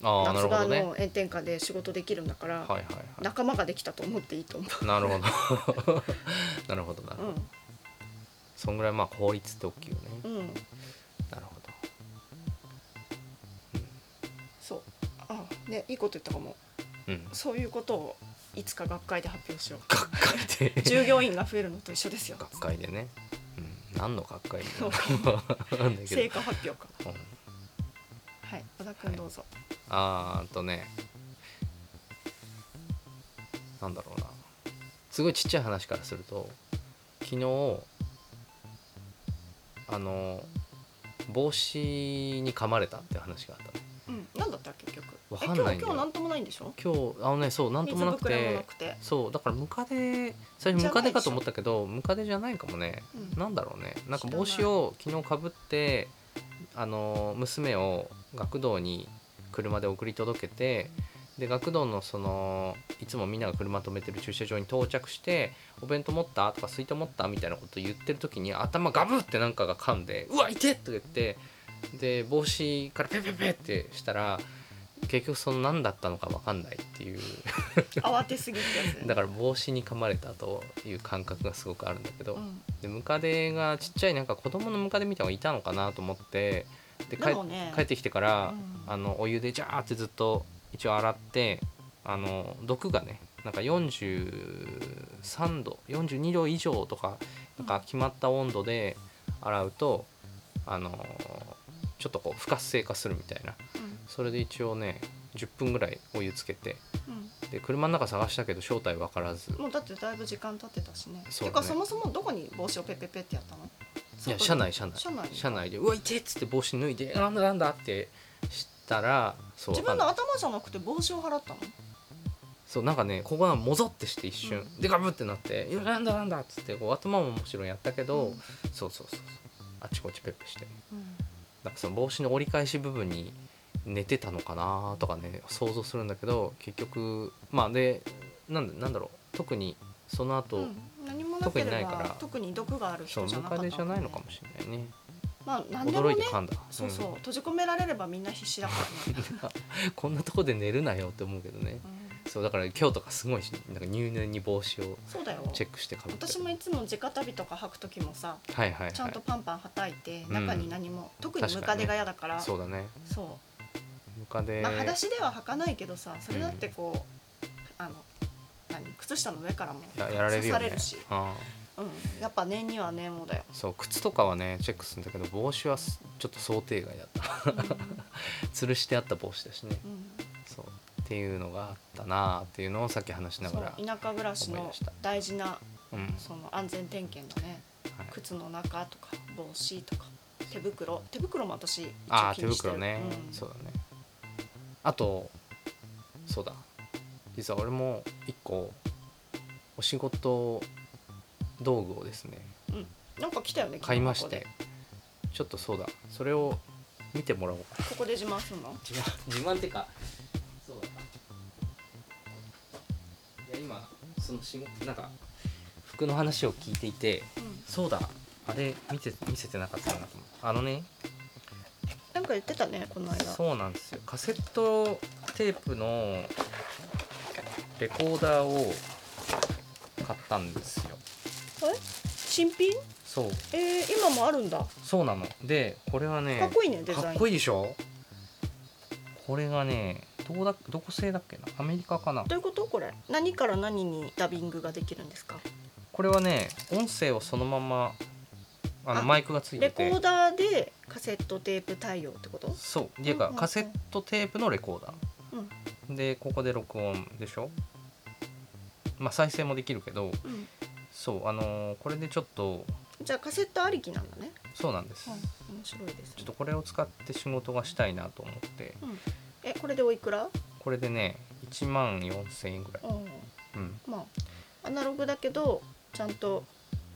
S2: ああな
S1: 夏
S2: るほ
S1: 場
S2: どね
S1: の炎天下で仕事できるんだから、
S2: はいはいは
S1: 仲間ができたと思っていいと思
S2: いなるほど なるほどなる
S1: う
S2: ほど、そんぐらいまあ効率って大きいよね、
S1: うんうん
S2: なるほど
S1: そうあねいいこと言ったかも
S2: うん
S1: そういうことをいつか学会で発表しよう
S2: 学会で
S1: 従業員が増えるのと一緒ですよ
S2: 学会でね、うん、何の学会
S1: そう
S2: か なんだけど
S1: 成果発表か
S2: うん
S1: はい小田君どうぞ、
S2: あーあとねなんだろうなすごいちっちゃい話からすると昨日あの帽子に噛まれたって話があったね
S1: うんなんだった結局
S2: わかんない
S1: え
S2: んだ
S1: 今
S2: よ
S1: 日今日なんともないんでしょ
S2: 今日あのねそうなんと
S1: 水
S2: もなく
S1: 膨れも
S2: て
S1: なくて
S2: そうだからムカデ最初ムカデかと思ったけどムカデじゃないかもね
S1: うん
S2: なんだろうねなんか
S1: 知らな
S2: 帽
S1: い
S2: 子を昨日かぶってあの娘を学童に車で送り届けてで学童のそのいつもみんなが車止めてる駐車場に到着して「お弁当持った?」とか「水筒持った?」みたいなこと言ってる時に頭ガブってなんかが噛んで「うわ痛っ!」とか言ってで帽子からペペペってしたら結局その何だったのか分かんないっていう
S1: 慌てすぎってやつね
S2: だから帽子に噛まれたという感覚がすごくあるんだけど、
S1: うん
S2: でムカデがちっちゃいなんか子供のムカデみたいなのがいたのかなと思ってで帰
S1: でもね
S2: 帰ってきてから、
S1: うん
S2: あのお湯でジャーってずっと一応洗ってあの毒がねなんか43度42度以上とかなんか決まった温度で洗うと、あのちょっとこう不活性化するみたいなそれで一応ね10分ぐらいお湯つけて
S1: うん
S2: で車の中探したけど正体分からず
S1: うんもうだってだいぶ時間経ってたしね
S2: そう
S1: て
S2: だね
S1: かそもそもどこに帽子をペッペッペってやったの
S2: いや
S1: 外
S2: 車内車内
S1: 車内
S2: 車内で「うわ痛え!」っつって帽子脱いで「なんだなんだ?」ってしたらそう
S1: 自分の
S2: あの
S1: 頭じゃなくて帽子を払ったの
S2: そうなんかねここがもぞってして一瞬、
S1: う
S2: でガブってなって「いやなんだなんだ?」っつってこう頭ももちろんやったけど、
S1: うん
S2: そうそうそうそうあちこちペッペして
S1: うん
S2: なんかその帽子の折り返し部分に寝てたのかなとかね想像するんだけど結局まあでなんだなんだろう特にその後、
S1: うん何もなけ
S2: 特にない
S1: れ
S2: から
S1: ば特に毒がある
S2: そう
S1: 人じゃ
S2: ム
S1: なか
S2: カ
S1: った
S2: デじゃないのか
S1: し
S2: もしれないね、
S1: まあ何でも
S2: 驚い
S1: ね
S2: て噛んだ、
S1: そうそう
S2: うん
S1: 閉じ込められればみんな必死だから ね、
S2: こんなとこで寝るなよって思うけどね
S1: うん
S2: そうだから今日とかすごいしなんか入念に帽子を
S1: そうだよ
S2: チェックしてかぶって
S1: 私もいつも直旅とか履く時もさ
S2: はいはいはい
S1: ちゃんとパンパンはたいて
S2: うん
S1: 中に何も、特に
S2: 確
S1: ム
S2: かに
S1: カデ
S2: ね
S1: が嫌だから
S2: そうだね
S1: そ
S2: ムカ
S1: う
S2: デ
S1: まあ裸足では履かないけどさそれだってこう、あの何靴下の上からも
S2: ややられる
S1: 刺
S2: よ
S1: され
S2: ね
S1: るし
S2: あ
S1: うん、やっぱ年には年も だよ
S2: あ、そう靴とかはねチェックするんだけど帽子はすちょっと想定外だった
S1: うん
S2: 吊るしてあった帽子だしね
S1: うん
S2: そうっていうのがあったなあっていうのをさっき話しな
S1: そ
S2: が
S1: う
S2: ら
S1: 田舎暮らし
S2: 思い
S1: の
S2: 出した
S1: 大事な
S2: うん、はい、
S1: その安全点検だね靴の中とか帽子とか手袋手袋も私一
S2: あ
S1: 応
S2: あ
S1: 気
S2: 手
S1: にしてる
S2: 袋ね、
S1: うん、
S2: そうだねあとそうだ実は俺も一個お仕事道具をですね
S1: うん、なんか来たよね
S2: 買いまし
S1: 昨日
S2: てちょっとそうだそれを見てもらおう
S1: こ
S2: か
S1: こでここで自慢するの
S2: 自慢 自慢ってかそうだないや今その仕事なんか服の話を聞いていて
S1: うん
S2: そうだあれ見て見せてなかったなと思うあのね
S1: なんか言ってたねこの間
S2: そうなんですよカセットテープのレコーダーを買ったんですよ
S1: え新品
S2: そう
S1: えー、今もあるんだ
S2: そうなのでこれはね
S1: かっこいいねデザイン
S2: かっこいいでしょこれがねどうだどこ製だっけなアメリカかな
S1: どういうことこれ何から何にダビングができるんですか
S2: これはね音声をそのままあの
S1: あ
S2: マイクがついて
S1: レコ
S2: て
S1: ーダーでカセットテープ対応ってこと
S2: そうっていう
S1: うん
S2: か
S1: うんうん
S2: カセットテープのレコーダ
S1: うん
S2: ーでここで録音でしょまあ再生もできるけ
S1: う
S2: ど
S1: ん
S2: そうあのーこれでちょっと
S1: じゃあカセットありきなんだね
S2: そうなんです、
S1: はい面白いです
S2: ちょ
S1: ね
S2: っとこれを使って仕事がしたいなと思って
S1: えこれでおいくら
S2: これでね1万4000円ぐらい、
S1: うん
S2: うん、
S1: まあアナログだけどちゃんと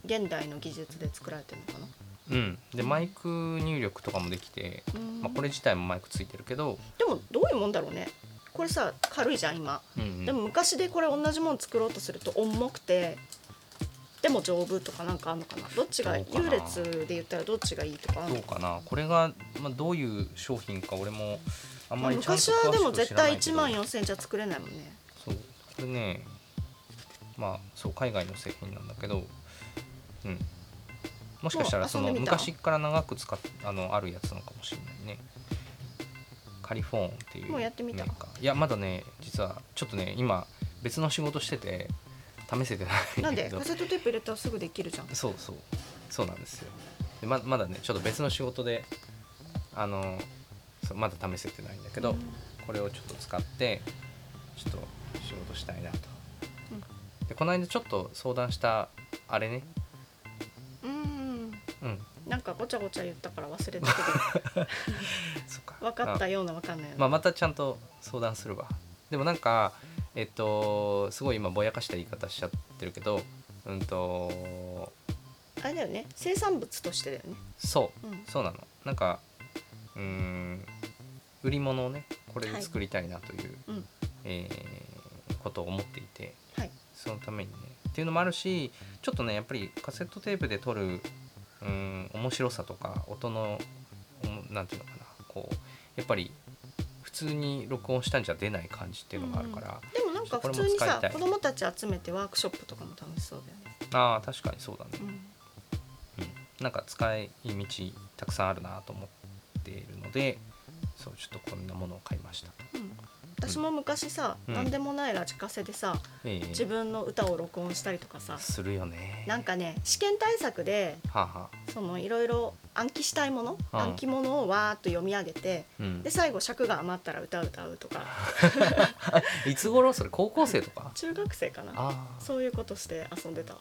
S1: 現代の技術で作られてるのかな
S2: うん、でマイク入力とかもできて、
S1: うん
S2: まあ、これ自体もマイクついてるけど、
S1: でもどういうもんだろうねこれさ軽いじゃん今、
S2: うんうん
S1: でも昔でこれ同じもん作ろうとすると重くてでも丈夫とかなんかあんのかなどっちが
S2: どうかな
S1: 優劣で言ったらどっちがいいとかあん
S2: どう
S1: の
S2: かなこれが、まあ、どういう商品か俺もあんまりちゃんと
S1: 昔はでも
S2: 詳しく
S1: 絶
S2: 知らな
S1: 対
S2: いけ
S1: 1
S2: ど
S1: 万4千じゃ作れないもんね
S2: そうこれねまあそう海外の製品なんだけど、うん、もしかしたらそ
S1: もう
S2: の
S1: 遊んでみた
S2: 昔から長く使っあのあるやつなのかもしれないねカリフォーンっていう
S1: もうやってみた
S2: メーカーいやまだね実はちょっとね今別の仕事してて試せてな
S1: ない
S2: ん
S1: ん
S2: だけ
S1: で
S2: ど
S1: カセットテープ入れたらすぐできるじゃん
S2: そうそうそうなんですよでままだねちょっと別の仕事であのそうまだ試せてないんだけど、
S1: うん
S2: これをちょっと使ってちょっと仕事したいなと、
S1: う
S2: でこの間ちょっと相談したあれね
S1: うん
S2: うん
S1: なんかごちゃごちゃ言ったから忘れたけ
S2: そっか
S1: ど分かった
S2: あ
S1: ような分かんないような
S2: まあ、またちゃんと相談するわでもなんかえっとすごい今ぼやかした言い方しちゃってるけどうんと
S1: あれだよね生産物としてだよね
S2: そう
S1: うん
S2: そうなのなんかうーん売り物をねこれで作りたいなという、
S1: うん
S2: えーことを思っていて
S1: はい
S2: そのためにねっていうのもあるしちょっとねやっぱりカセットテープで撮るうーん面白さとか音のおもなんていうのかなこうやっぱり普通に録音したんじゃ出ない感じっていうのがあるから、
S1: でもなんか普通にさ子供たち集めてワークショップとかも楽しそうだよね
S2: ああ確かにそうだね、
S1: う
S2: うん、なんか使い道たくさんあるなと思っているのでそうちょっとこんなものを買いました
S1: ん、うん、私も昔さ、
S2: うん
S1: なんでもないラジカセでさ
S2: ええ
S1: 自分の歌を録音したりとかさ
S2: するよね
S1: なんかね試験対策で
S2: はあ、はあ
S1: そのいろいろ暗記したいもの
S2: うん
S1: 暗記ものをわーっと読み上げて
S2: うん
S1: で、最後尺が余ったら歌う歌うとか
S2: いつ頃それ高校生とか
S1: 中学生かな
S2: ああ
S1: そういうことして遊んでたわ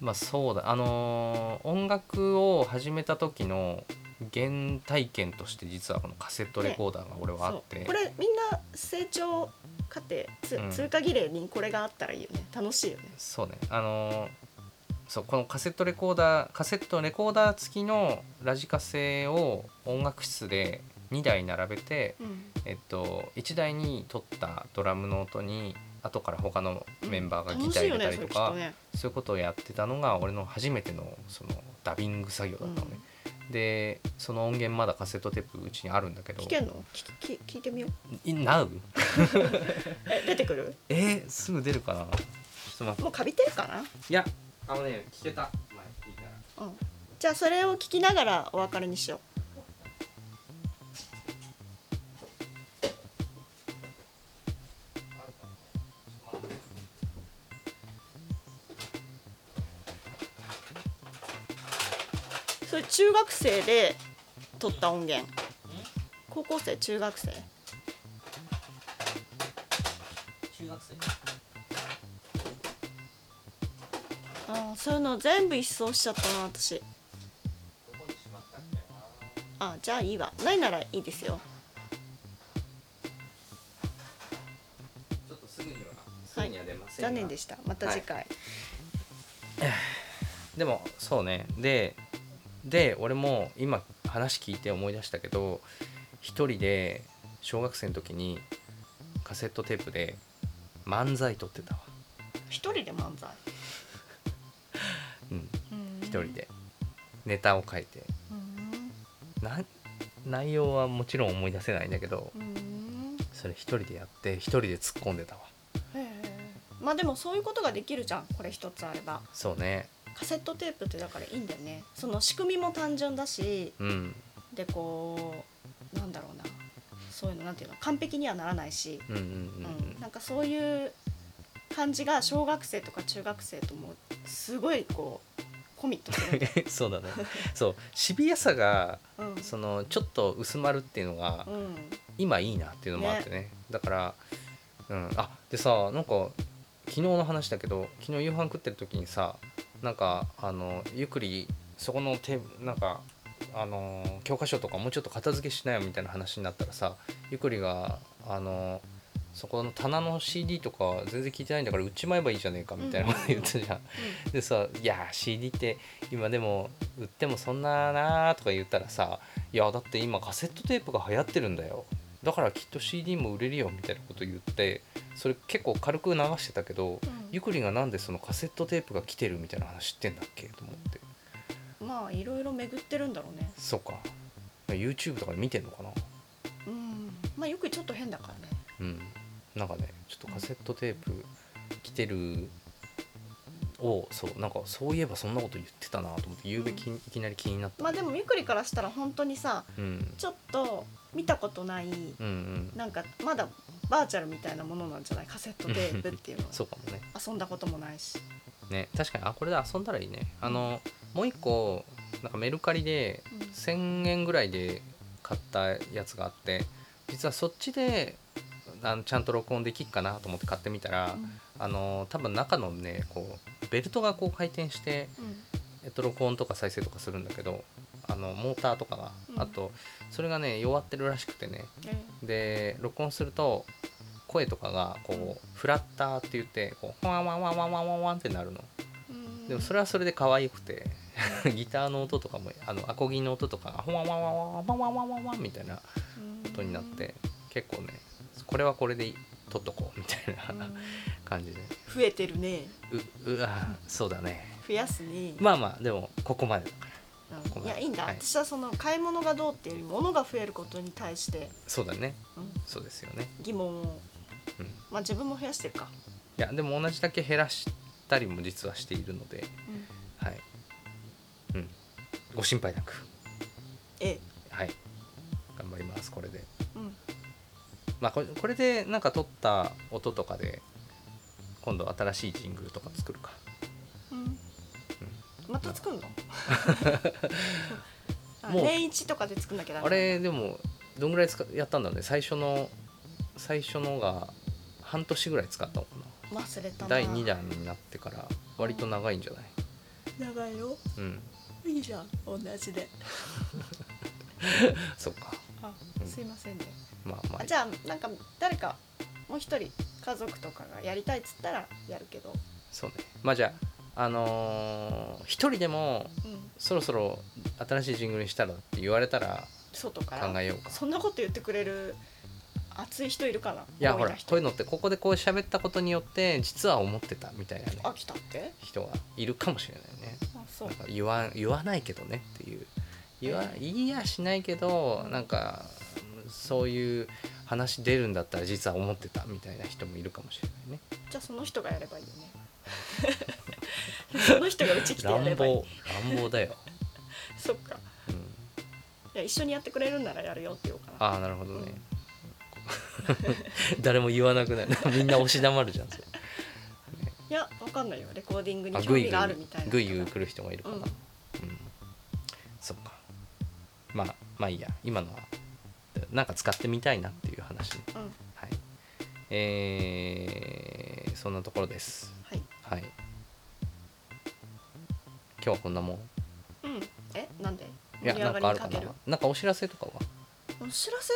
S2: まあそうだあのー音楽を始めた時の原体験として実はこのカセットレコーダーが俺はあ
S1: そ
S2: って、
S1: うこれみんな成長過程つ、
S2: うん
S1: 通過儀礼にこれがあったらいいよね楽しいよね
S2: そうねあのーそうこのカセットレコーダーカセットレコーダー付きのラジカセを音楽室で2台並べて
S1: うん
S2: えっと、1台に取ったドラムの音に後から他のメンバーがギター入れたりとか、
S1: 楽しいよね
S2: そういうことをやってたのが俺の初めてのそのダビング作業だったのね、でその音源まだカセットテープうちにあるんだけど
S1: 聞けんの聞き聞いてみよう
S2: い Now？
S1: え出てくる
S2: えー、すぐ出るかなちょっと待って
S1: もうカビてるかない
S2: やあのね聞けた前聞いたら
S1: うんじゃあそれを聞きながらお別れにしようそれ中学生で撮った音源高校生中学生
S3: 中学生
S1: あーそういうの全部一掃しちゃったな私あじゃあいいわないならいいですよ
S2: ちょっとすぐにはす
S1: は
S2: ぐ
S1: い
S2: には出ませんが
S1: 残念でしたまた次回、
S2: でもそうねでで俺も今話聞いて思い出したけど一人で小学生の時にカセットテープで漫才撮ってたわ
S1: 一人で漫才
S2: うん
S1: うん
S2: 一人でネタを書いてなん内容はもちろん思い出せないんだけど
S1: うんうん
S2: それ一人でやって一人で突っ込んでたわ
S1: へえまあでもそういうことができるじゃんこれ一つあれば
S2: そうね
S1: カセットテープってだからいいんだよねその仕組みも単純だし
S2: うん
S1: でこうなんだろうなそういうのなんていうの完璧にはならないし、
S2: うんうん
S1: う
S2: うんん
S1: なんかそういう感じが小学生とか中学生ともすごいこうコミット する、
S2: うんそうだねそうシビアさが
S1: うん
S2: そのちょっと薄まるっていうのが
S1: うん、
S2: 今いいなっていうのもあってねだから、うん、あでさなんか昨日の話だけど昨日夕飯食ってる時にさなんかあのゆっくりそこのテーブルなんかあのー教科書とかもうちょっと片付けしなよみたいな話になったらさゆっくりがあのーそこの棚の CD とか全然聞いてないんだから売っちまえばいいじゃねえかみたいなこと言ったじゃん。でさ「いやー CD って今でも売ってもそんなな」とか言ったらさ「いやだって今カセットテープが流行ってるんだよだからきっと CD も売れるよ」みたいなこと言ってそれ結構軽く流してたけ
S1: う
S2: ど
S1: ん
S2: ゆくりがなんでそのカセットテープが来てるみたいな話知ってんだっけと思って
S1: まあいろいろ巡ってるんだろうね
S2: そうか YouTube とかで見てんのかな
S1: うんまあよくちょっと変だからね
S2: うんなんかねちょっとカセットテープ来てるをそうなんかそういえばそんなこと言ってたなと思って夕べきいきなり気になった、
S1: まあでもみくりからしたら本当にさ
S2: うん
S1: ちょっと見たことない
S2: うんうん
S1: なんかまだバーチャルみたいなものなんじゃないカセットテープっていうのは
S2: そうかもね
S1: 遊んだこともないし
S2: ね確かにあこれで遊んだらいいねあのもう一個なんかメルカリで
S1: うん
S2: 1,000円ぐらいで買ったやつがあって実はそっちであのちゃんと録音できっかなと思って買ってみたら、あの多分中のねこうベルトがこう回転して、えっと、録音とか再生とかするんだけどあのモーターとかが、
S1: うん
S2: あとそれがね弱ってるらしくてねで録音すると声とかがこうフラッターって言ってこうワンワンワンワンワンワンワンってなるのでもそれはそれで可愛くてギターの音とかもあのアコギの音とかがワンワンワンワンワンワンワンワンワンみたいな音になって結構ねこれはこれで撮っとこうみた
S1: う
S2: い
S1: ん
S2: な感じで
S1: 増えてるね
S2: ううわそうだね
S1: 増やすね、
S2: まあまあでもここまでだから
S1: うんいやいいんだ、
S2: はい
S1: 私はその買い物がどうっていうより物が増えることに対して、
S2: そうだね
S1: うん
S2: そうですよね
S1: 疑問を
S2: うんい
S1: まあ自分も増やしてるか、
S2: やでも同じだけ減らしたりも実はしているのではいうんご心配なく
S1: ええ
S2: はい頑張りますこれで
S1: うん
S2: まあこれこれでなんか撮った音とかで今度新しいジングルとか作るか
S1: うんまた 作るのあ
S2: もう
S1: 年一とかで作んなきゃダメ
S2: あれでもどんぐらい使っやったんだろうね最初の最初のが半年ぐらい使ったのか
S1: 忘れた
S2: な
S1: な
S2: 第2弾になってから割と長いんじゃない
S1: 長いよ
S2: うん
S1: いいじゃん同じで
S2: そっか
S1: あ
S2: うん
S1: すいませんね
S2: まあま
S1: あ
S2: あ
S1: じゃあなんか誰かもう一人家族とかがやりたいっつったらやるけど
S2: そうねまあじゃああのー一人でも
S1: うん
S2: そろそろ新しいジングルにしたらって言われたら
S1: 外か
S2: 考
S1: ら
S2: えようか
S1: そんなこと言ってくれる熱い人いるかない
S2: や
S1: 多
S2: ほ
S1: な
S2: ら
S1: 人
S2: こういうのってここでこう喋ったことによって実は思ってたみたいなね
S1: 飽きたって
S2: 人がいるかもしれないね
S1: あそう
S2: なんか言わん言わないけどねっていう言わ言いやしないけどなんかそういう話出るんだったら実は思ってたみたいな人もいるかもしれないね
S1: じゃあその人がやればいいよね その人がうち来てや
S2: 乱
S1: ればいい
S2: 暴乱暴だよ、
S1: そっか
S2: うん、
S1: いや一緒にやってくれるんならやるよって言おうかな
S2: ああなるほどね 誰も言わなくなるみんな押し黙るじゃんそれ
S1: いやわかんないよレコーディング
S2: あ
S1: に興
S2: ぐい
S1: 味
S2: ぐ
S1: があるみたい
S2: い
S1: な
S2: ぐいぐい来る人もいるか
S1: う
S2: な、
S1: ん
S2: うんそっかまあまあいいや今のはなんか使ってみたいなっていう話ね
S1: うん
S2: はいえー、そんなところです
S1: はい
S2: はい今日はこんなもん
S1: うんえなんで
S2: いや
S1: 盛り
S2: な
S1: 上が
S2: ん
S1: りに
S2: かある
S1: か
S2: かな
S1: ける
S2: なんかお知らせとかは
S1: お知らせ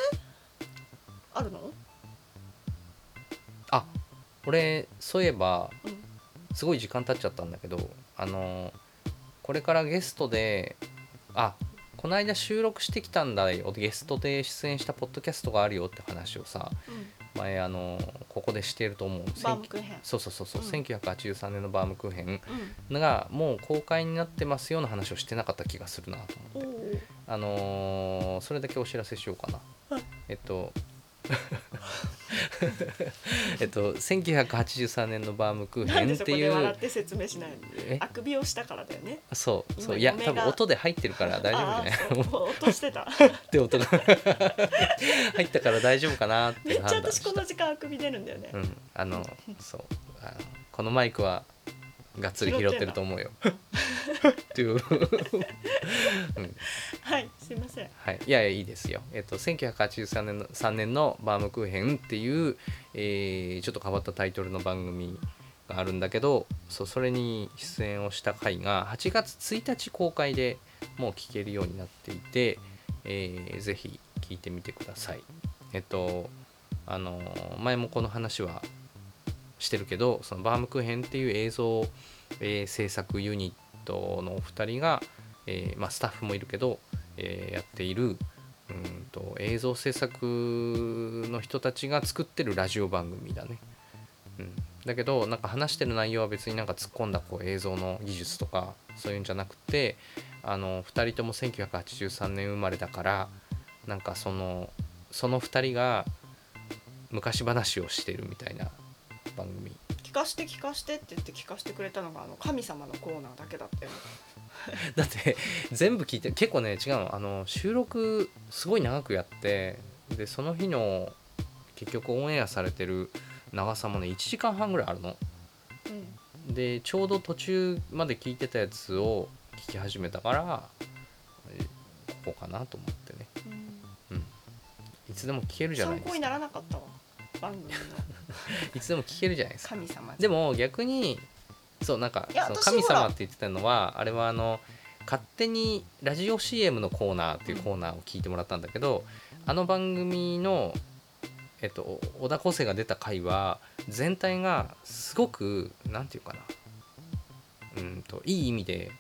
S1: あるの
S2: あ俺そういえば
S1: うん
S2: すごい時間経っちゃったんだけどあのーこれからゲストであこの間収録してきたんだよゲストで出演したポッドキャストがあるよって話をさ
S1: うん
S2: 前あのーここでしてると思う
S1: バームクーヘン
S2: そうそうそうそう、
S1: うん
S2: 1983年のバームクーヘン
S1: うん
S2: がもう公開になってますよの話をしてなかった気がするなと
S1: お
S2: 思って
S1: お
S2: あのーそれだけお知らせしようかな、
S1: はい
S2: えっと えっと1983年のバームクー
S1: なん
S2: ヘン
S1: で
S2: っ
S1: そ
S2: て
S1: こ
S2: い
S1: で笑
S2: う
S1: って説明しないの
S2: え
S1: あくびをしたからだよね
S2: そうそう
S1: 今
S2: いや
S1: 嫁
S2: 多分
S1: が
S2: 音で入ってるから大丈夫じゃない
S1: あー そう落としてた
S2: って音が 入ったから大丈夫かなって
S1: めっちゃ
S2: 判断
S1: 私この時間あくび出るんだよね、
S2: うんあのそうあのこのマイクはがっつり拾ってる と思うよっていううん
S1: はいすいません
S2: はい、いやいやいいですよ、えっと、1983年の3年の「バームクーヘン」っていう、えーちょっと変わったタイトルの番組があるんだけどそうそれに出演をした回が8月1日公開でもう聴けるようになっていて、えーぜひ聴いてみてくださいえっとあのー前もこの話はしてるけどそのバームクーヘンっていう映像、えー制作ユニットのお二人が、えーまあ、スタッフもいるけどえーやっているうーんと映像制作の人たちが作ってるラジオ番組だね。うん、だけどなんか話してる内容は別になんか突っ込んだこう映像の技術とかそういうんじゃなくてあの2人とも1983年生まれだからなんかそのその2人が昔話をしてるみたいな番組
S1: 聞かして聞かしてって言って聞かしてくれたのがあの神様のコーナーだけだったよね
S2: だって全部聞いて結構ね違うのあの収録すごい長くやってでその日の結局オンエアされてる長さもね1時間半ぐらいあるの
S1: うん
S2: でちょうど途中まで聞いてたやつを聞き始めたからえここかなと思ってねいつでも聞けるじゃない
S1: 参
S2: で
S1: 考
S2: す
S1: に
S2: か
S1: ならなかったわ番組の
S2: いつでも聞けるじゃないですか
S1: 神様
S2: で
S1: も
S2: も逆にそうなんか
S1: いや
S2: その
S1: 私
S2: 神
S1: ほら
S2: 様って言ってたのはあれはあの勝手にラジオ CM のコーナーっていうコーナーを聞いてもらったんだけど、あの番組の、えっと、小田昴生が出た回は全体がすごくなんていうかなうんといい意味で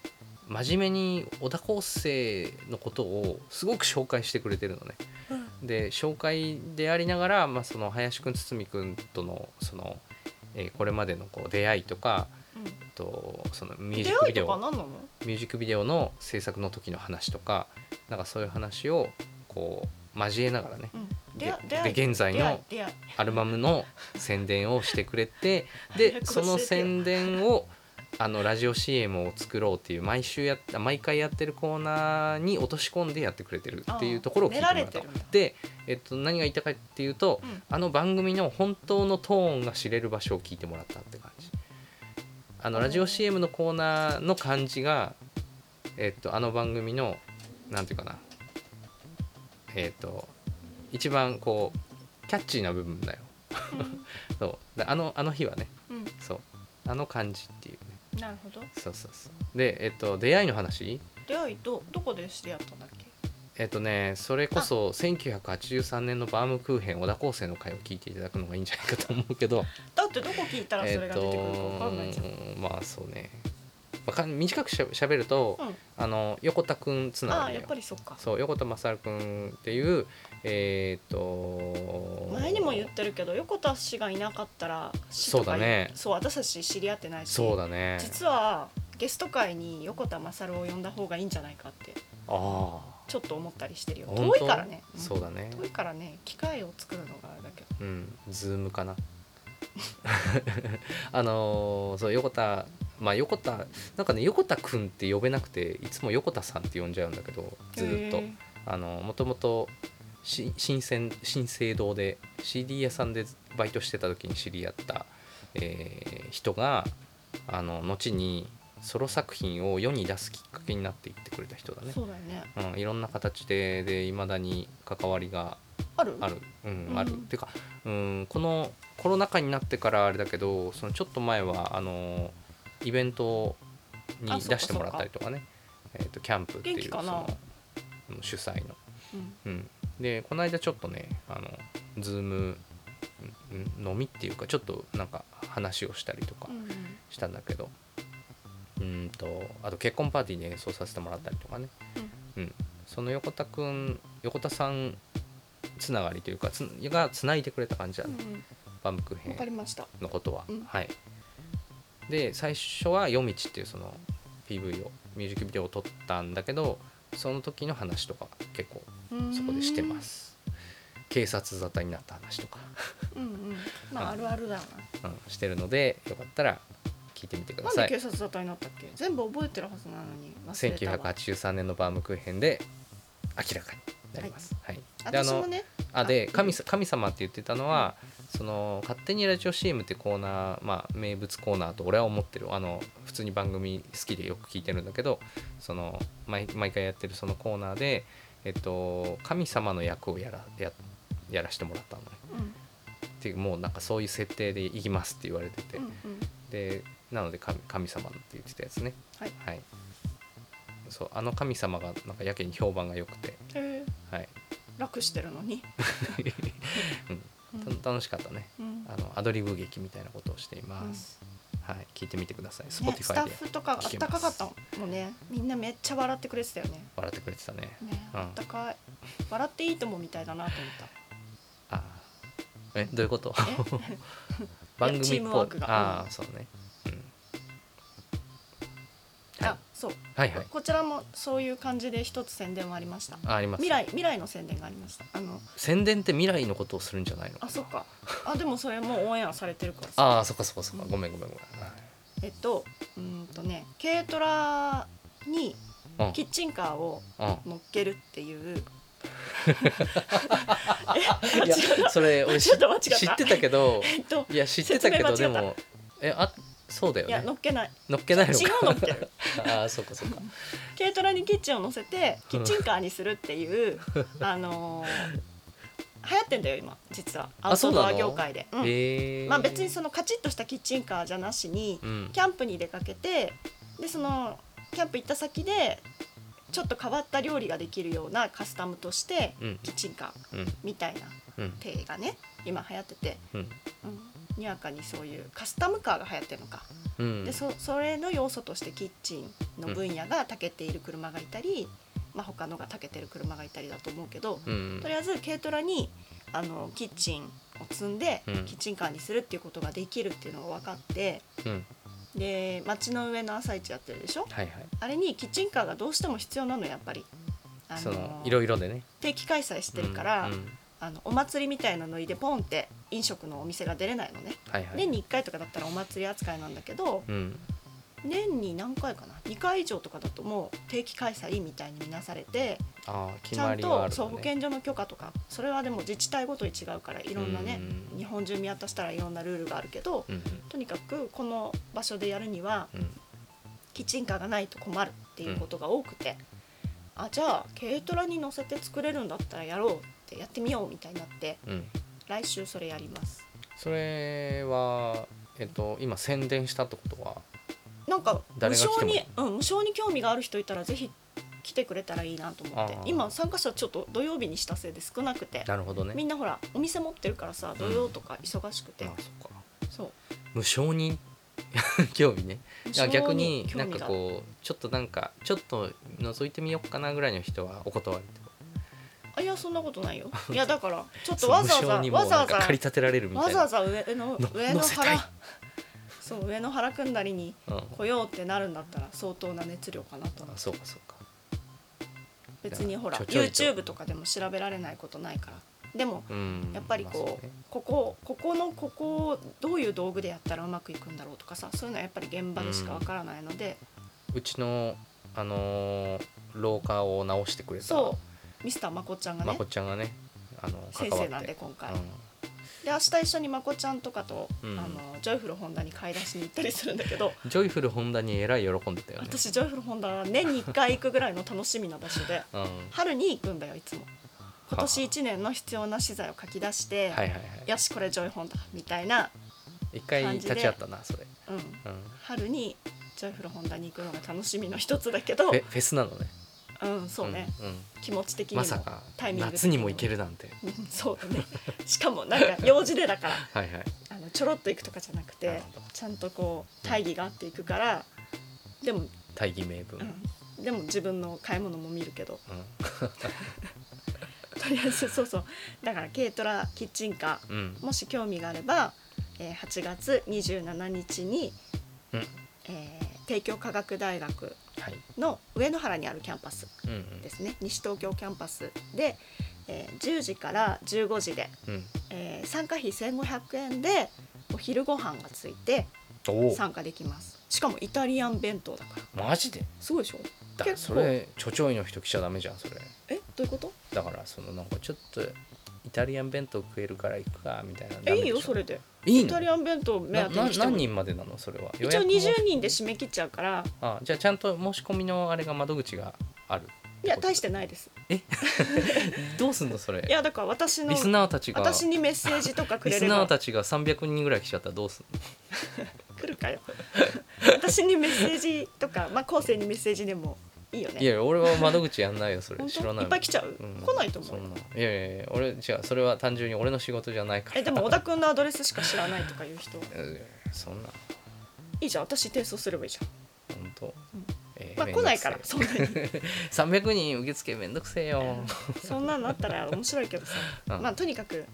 S2: 真面目に小田昴生のことをすごく紹介してくれてるのね。で紹介でありながら、まあ、その林くん堤くんとのその、えーこれまでのこう出会いとかあとそのミュー
S1: 出
S2: ジック
S1: 会
S2: ビ
S1: い
S2: デ
S1: とか
S2: オ
S1: 何なの
S2: ミュージックビデオの制作の時の話とかなんかそういう話をこう交えながらね
S1: うん出
S2: で
S1: 会出会い
S2: で現在
S1: 出会い
S2: の
S1: 出会い
S2: アルバムの宣伝をしてくれ て
S1: 早
S2: で
S1: く教えて
S2: そ
S1: よ
S2: の宣伝をあのラジオ CM を作ろうっていう毎週やっ毎回やってるコーナーに落とし込んでやってくれてるっていうところを聞いても
S1: あ
S2: らっ
S1: あ練られて
S2: た
S1: るんだ
S2: で、えっと、何が言いたかっていうと、
S1: うん
S2: あの番組の本当のトーンが知れる場所を聞いてもらったって感じあのラジオ CM のコーナーの感じが、えっと、あの番組のなんていうかなえっと一番こうキャッチーな部分だよそうであのあの日はね
S1: うんうん
S2: そうあの感じっていうね
S1: なるほど
S2: そうそうそうでえっと出会いの話
S1: 出会いとどこで知り合ったんだっけ
S2: えっとねそれこそ1983年のバームクーヘン小田高生の回を聞いていただくのがいいんじゃないかと思うけ ど
S1: だってどこ聞いたらそれが出てくるか分かんないじゃん、
S2: えっとまあそうねわかん短くしゃしゃべると、
S1: うん
S2: あの横田くんつな
S1: あ
S2: が
S1: あ
S2: り
S1: や
S2: だ
S1: っ
S2: よ
S1: ぱりそっか
S2: そう横田勝くんっていうえっと
S1: 前にも言ってるけど横田氏がいなかったら市
S2: そうだね
S1: そう私たち知り合ってないし
S2: そうだね
S1: 実はゲスト会に横田勝を呼んだ方がいいんじゃないかって
S2: ああ
S1: ちょっと思ったりしてるよ
S2: 本
S1: 遠
S2: 当
S1: いからね、うん
S2: そうだね
S1: 遠いからね機械を作るのがあれだけど
S2: うんズームかな あのーそう横田まあ横田なんかね横田くんって呼べなくていつも横田さんって呼んじゃうんだけどずーっと
S1: へー
S2: あのもともとし新鮮新生堂で CD 屋さんでバイトしてた時に知り合った、えー人があの後にソロ作品を世に出すきっかけになっていってくれた人だね。
S1: そうだよね
S2: うん、いろんな形でで未だに関わりが
S1: ある
S2: ある、うん
S1: うん
S2: あるてか、うん、このコロナ禍になってからあれだけどそのちょっと前はあのイベントに
S1: あそう
S2: 出
S1: か
S2: してもらったりとかねえー、とキャンプってい
S1: 元
S2: う
S1: 気
S2: そ
S1: かな
S2: のうん主催の、
S1: うん
S2: うん、でこの間ちょっとねあのズームうん飲みっていうかちょっとなんか話をしたりとか
S1: うんうん
S2: したんだけどうんとあと結婚パーティーで演奏させてもらったりとかね、うんその横田くん横田さんつながりというかつがつないでくれた感じだね、
S1: うん
S2: バンムクー
S1: わか
S2: ヘ
S1: り
S2: ン
S1: ました
S2: のことは、
S1: うん
S2: はいで最初は「夜道」っていうその PV をミュージックビデオを撮ったんだけどその時の話とか結構そこでしてます警察沙汰になった話とか、
S1: うんうんまああるあるだよな
S2: うん、してるのでよかったら聞いてみてくだ
S1: なん
S2: さ
S1: で
S2: い
S1: 警察沙汰になったっけ全部覚えてるはずなのに忘れたわ
S2: 1983年のバームクーヘンで明らかになります。はいであ
S1: 私も
S2: の
S1: ね
S2: あで
S1: あ
S2: 神さ神様って言ってたのは、その勝手にラジオ CM ってコーナー、まあ、名物コーナーと俺は思ってるあの普通に番組好きでよく聞いてるんだけどその毎毎回やってるそのコーナーで、えっと、神様の役をやらややらしてもらったのね。
S1: うん
S2: っていうもうなんかそういう設定でいきますって言われてて、
S1: うんうん
S2: でなので神神様って言ってたやつね
S1: はい、
S2: そうあの神様がなんかやけに評判が良くて、
S1: え
S2: はい
S1: ー楽してるのにう
S2: うん
S1: ん
S2: た楽しかったね
S1: うん
S2: あのアドリブ劇みたいなことをしています、はい聞いてみてください
S1: ね、スタ
S2: Spotify
S1: ッ
S2: で
S1: フとかあったかかったもんねみんなめっちゃ笑ってくれてたよね
S2: 笑ってくれてたね
S1: ね
S2: うん
S1: あったかい笑っていいともみたいだなと思った
S2: あーえどういうこと 番組
S1: チ
S2: っ
S1: ーム
S2: ぽ
S1: ワ
S2: い
S1: ークが
S2: ああそうね、うんはい
S1: あそう、
S2: はいはい
S1: こちらもそういう感じで一つ宣伝はありました
S2: ああります
S1: 未来未来の宣伝がありましたあの
S2: 宣伝って未来のことをするんじゃないの
S1: あそっかあでもそれもうオンエアされてるからさ
S2: ああそっかそっかそっかごめんごめんご
S1: えっとうーんとね軽トラに
S2: めん、はい、
S1: キッチンカーを
S2: うんうん
S1: 乗っけるっていう
S2: いやそれ俺し
S1: ちょっと間違った
S2: 知ってた けど
S1: えっと
S2: いや知ってたけど
S1: 説
S2: で
S1: 明間違
S2: もえあそうだよ
S1: いや
S2: ね
S1: 乗っけない
S2: 乗っけないの
S1: 違
S2: か
S1: う乗っける
S2: ああそうかそうか
S1: 軽トラにキッチンを乗せてキッチンカーにするって いうあのー流行ってんだよ今実はアウ
S2: あ
S1: ト
S2: そう
S1: ド
S2: な
S1: ア
S2: の
S1: 業界で、うん
S2: へえ
S1: まあ別にそのカチッとしたキッチンカーじゃなしに
S2: うん
S1: キャンプに出かけてでそのキャンプ行った先でちょっと変わった料理ができるようなカスタムとして
S2: うん
S1: キッチンカー
S2: うん
S1: みたいな
S2: うん
S1: 手がね今流行ってて、
S2: うん
S1: うん、にわかにそういうカスタムカーが流行ってるのか
S2: うん
S1: でそそれの要素としてキッチンの分野が長けている車がいたり、まあ、他のが長けてる車がいたりだと思うけど、
S2: うん
S1: とりあえず軽トラにあのキッチンを積んで、
S2: うん
S1: キッチンカーにするっていうことができるっていうのが分かって
S2: うん
S1: で街の上の朝市やってるでしょ
S2: はいはい
S1: あれにキッチンカーがどうしても必要なのやっぱり。あ
S2: そのいろいろでね
S1: 定期開催してるから、
S2: うんうん
S1: あのお祭りみたいなノリでポンって飲食のお店が出れないのね、
S2: はいはい
S1: 年に1回とかだったらお祭り扱いなんだけど、
S2: うん
S1: 年に何回かな2回以上とかだともう定期開催みたいに見なされて
S2: ああ決
S1: ちゃ
S2: ま
S1: ん
S2: りは
S1: と
S2: ある
S1: そう
S2: の
S1: 保
S2: ね
S1: 健所の許可とかそれはでも自治体ごとに違うからいろんなね
S2: うん
S1: 日本中見渡したらいろんなルールがあるけど
S2: うん
S1: とにかくこの場所でやるには
S2: うんうん
S1: キッチンカーがないと困るっていうことが多くてあじゃあ軽トラに乗せて作れるんだったらやろうってやってみようみたいになって
S2: うん
S1: 来週それやります
S2: それはえっと今宣伝したってことは
S1: なんか無
S2: 誰が来
S1: 償
S2: ても
S1: に、うん、無償に興味がある人いたらぜひ来てくれたらいいなと思って
S2: あー
S1: 今参加者ちょっと土曜日にしたせいで少なくて
S2: なるほどね
S1: みんなほらお店持ってるからさ土曜とか忙しくて、
S2: ああそっか
S1: そう
S2: 無償に 興味ね
S1: 無
S2: いや
S1: 償
S2: 逆に
S1: 興
S2: なん
S1: 味が
S2: かこうちょっとなんかちょっと覗いてみようかなぐらいの人はお断りってこ
S1: あいやそんなことない よいやだからちょっ
S2: と
S1: とわざわ
S2: 無
S1: ざ
S2: 償にも
S1: わ
S2: う
S1: ざ
S2: な
S1: わ
S2: んか駆り
S1: ざ
S2: 立てられるみた
S1: わ
S2: い
S1: ざ
S2: な
S1: わざ上の
S2: の
S1: 上の
S2: 乗せたい
S1: 原そう上の原くんなりに
S2: うん、あ
S1: 来ようってなるんだったら相当な熱量かなと思う
S2: そうかそうか
S1: 別にほら
S2: ちょちょいと
S1: YouTube とかでも調べられないことないからでも
S2: うん
S1: やっぱり
S2: まあ
S1: こ
S2: そう
S1: う
S2: ね
S1: ここここのここをどういう道具でやったらうまくいくんだろうとかさそういうのはやっぱり現場でしかわからないので、
S2: うちのあのー廊下を直してくれた
S1: そうミスターまこちゃんが
S2: ま
S1: ね
S2: こちゃんがねあの
S1: 先
S2: 関わって
S1: 生なんで今回、
S2: うん
S1: で明日一緒にまこちゃんとかと、
S2: うん
S1: あのジョイフルホンダに買い出しに行ったりするんだけど、
S2: ジョイフルホンダにえらい喜んでたよね
S1: 私ジョイフルホンダは年に1回行くぐらいの楽しみな場所で
S2: うんはい
S1: 春に行くんだよいつも今年
S2: はあ
S1: 1年の必要な資材を書き出して、
S2: はいはい
S1: よしこれジョイホンダみたいな、
S2: 一回
S1: 感じで
S2: 立ち会ったなそれ、
S1: うん、
S2: うん、
S1: 春にジョイフルホンダに行くのが楽しみの一つだけど
S2: フェフェスなのね
S1: うんそうね、
S2: うんうん
S1: 気持ち的にも
S2: まさか
S1: タイミング的
S2: 夏にも行けるなんて
S1: うんそうだねしかもなんか用事でだから
S2: はいはい
S1: あのちょろっと行くとかじゃなく
S2: な
S1: て
S2: るほど
S1: ちゃんとこう大義があっていくからでも、
S2: 大義名分、
S1: うん、でも自分の買い物も見るけど
S2: うん
S1: とりあえずそうそうだから軽トラキッチンカ
S2: うん
S1: ーもし興味があれば、えー8月27日に、
S2: うん
S1: えー帝京科学大学
S2: はい
S1: の上野原にあるキャンパス
S2: うんうん
S1: ですね西東京キャンパスで、えー10時から15時で、
S2: うん
S1: えー参加費1,500円でお昼ご飯がついて
S2: おお
S1: 参加できますしかもイタリアン弁当だから
S2: マジです
S1: ごいでしょ
S2: だ
S1: 結
S2: そ
S1: 構
S2: れちょちょいの人来ちゃダメじゃんそれ
S1: えどういうこと
S2: だからそのなんかちょっとイタリアン弁当食えるから行くかみたいな
S1: えいいよそれ
S2: で
S1: で
S2: いい
S1: イ
S2: の
S1: タリアン弁当目
S2: な
S1: 当てに
S2: な
S1: 来ても
S2: 何人までなのそれは
S1: 一応
S2: も
S1: 20人で締め切っちゃうから
S2: あじゃあちゃんと申し込みのあれが窓口がある
S1: いや大してないです
S2: どうすんのそれ
S1: いやだから私の
S2: リスナーたちが
S1: 私にメッセージとかく
S2: リ
S1: れ
S2: ス
S1: れ
S2: ナー
S1: ば
S2: たちが300人ぐらい来ちゃったらどうすんの
S1: 来るかよ 私にメッセージとかまあ後世にメッセージでもいいよね
S2: いやいや俺は窓口やんないよそれ
S1: 本
S2: 知ら
S1: 当
S2: ない
S1: いっぱい来ちゃう、
S2: うん
S1: 来ないと思
S2: そう
S1: よ
S2: んないやいやいや俺違うそれは単純に俺の仕事じゃないから
S1: えでも小田君のアドレスしか知らないとかいう人
S2: え そんない
S1: いじゃん私提訴すればいいじゃん
S2: 本当、えー
S1: まあ
S2: めん
S1: 来
S2: どくせえ
S1: ないからそんなに
S2: 300人受付めんどくせえよ、
S1: そんなのあったら面白いけどさ、
S2: うん
S1: まあとにかく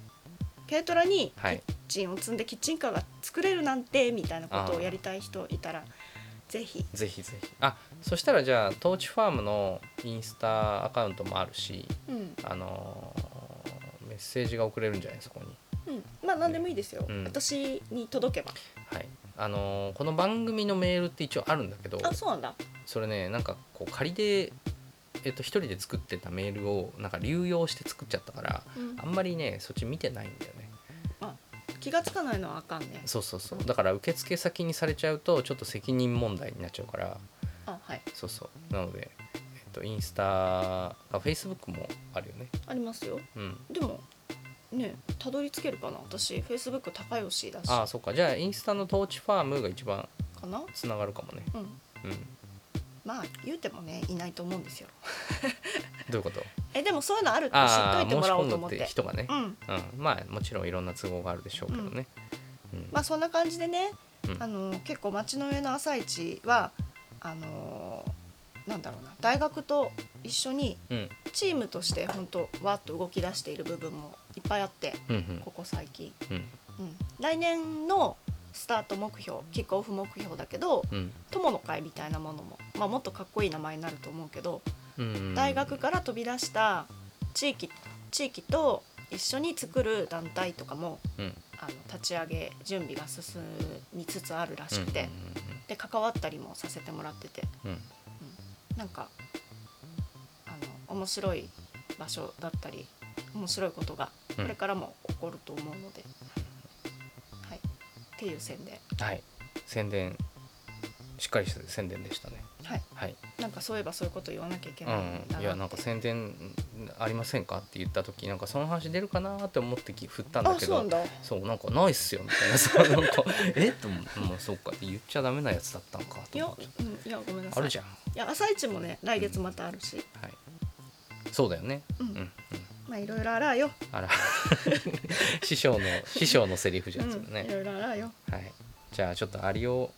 S1: 軽トラにキ
S2: はい
S1: ッチンを積んでキッチンカーが作れるなんてみたいなことをやりたい人いたらぜひ
S2: ぜひぜひあそしたらじゃあトーチファームのインスタアカウントもあるし
S1: うん
S2: あのーメッセージが送れるんじゃないそこに
S1: うんまあ何でもいいですよ、
S2: うん
S1: 私に届けば
S2: はいあのーこの番組のメールって一応あるんだけど
S1: あそうなんだ
S2: それねなんかこう仮でえっと、一人で作ってたメールをなんか流用して作っちゃったから
S1: うん
S2: あんまりねそっち見てないんだよね
S1: 気がつかないのはあかんね
S2: そうそうそうだから受付先にされちゃうとちょっと責任問題になっちゃうから
S1: あはい
S2: そうそうなので、えっと、インスタあフェイスブックもあるよね
S1: ありますよ
S2: うん
S1: でもねたどり着けるかな私フェイスブック高吉だし
S2: ああ
S1: か
S2: そうかじゃあインスタのトーチファームが一番
S1: な
S2: つながるかもね
S1: うん
S2: うんど
S1: まあ言うてもねいないと思うんですよ
S2: ういうこと
S1: えでもそういうのあるって知っ
S2: あ
S1: と
S2: あ
S1: いてもらおうと
S2: む
S1: 思
S2: っ
S1: って
S2: て
S1: て
S2: 人がね
S1: う、ん
S2: うん、まあもちろんいろんな都合があるでしょうけどね、うん
S1: まあそんな感じでね、
S2: うん
S1: あの結構街の上の朝市はあのーなんだろうな大学と一緒に
S2: うん
S1: チームとして本当わっと動き出している部分もいっぱいあって
S2: うんうん
S1: ここ最近、
S2: うん
S1: うん、来年のスタート目標キックオフ目標だけど
S2: うん
S1: 友の会みたいなものも、まあ、もっとかっこいい名前になると思うけど
S2: うん
S1: 大学から飛び出した地域地域と一緒に作る団体とかも
S2: うん
S1: あの立ち上げ準備が進みつつあるらしくて、
S2: うん
S1: で関わったりもさせてもらってて
S2: うんうん
S1: なんかあの面白い場所だったり面白いことが
S2: う
S1: こ
S2: ん
S1: れからも起こると思うので、はい、っていう宣伝、
S2: うんはい宣伝しっかりした宣伝でしたね
S1: はい、
S2: はい、
S1: なんかそういえばそういうこと言わなきゃいけ
S2: う
S1: ないんだなって、
S2: ん、いやなんか宣伝ありませんかって言った時なんかその話出るかなって思ってき振ったんだ
S1: あ
S2: け
S1: そうなん
S2: ど
S1: だ
S2: そうなんかないっすよみ たいなそうなんかえっと思ってもうそうかって言っちゃダメなやつだったんか
S1: い
S2: と
S1: や、
S2: 思っちゃ
S1: うん、いやごめんな
S2: うあ
S1: さい
S2: る
S1: い
S2: じゃん
S1: や朝一もね来月またあるし、
S2: はいそうだよね
S1: うん
S2: うん、うん、
S1: まあいろいろあらあよ、
S2: あら師匠の師匠のセリフじ
S1: う
S2: ゃんそ
S1: ん、
S2: れ
S1: い
S2: ね、
S1: ろいろあらあよ
S2: はいじゃあちょっとアリを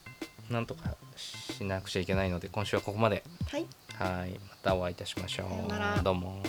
S2: なんとかしなくちゃいけないので今週はここまで
S1: はい
S2: はいまたお会いいたしましょう
S1: さようなら
S2: どうも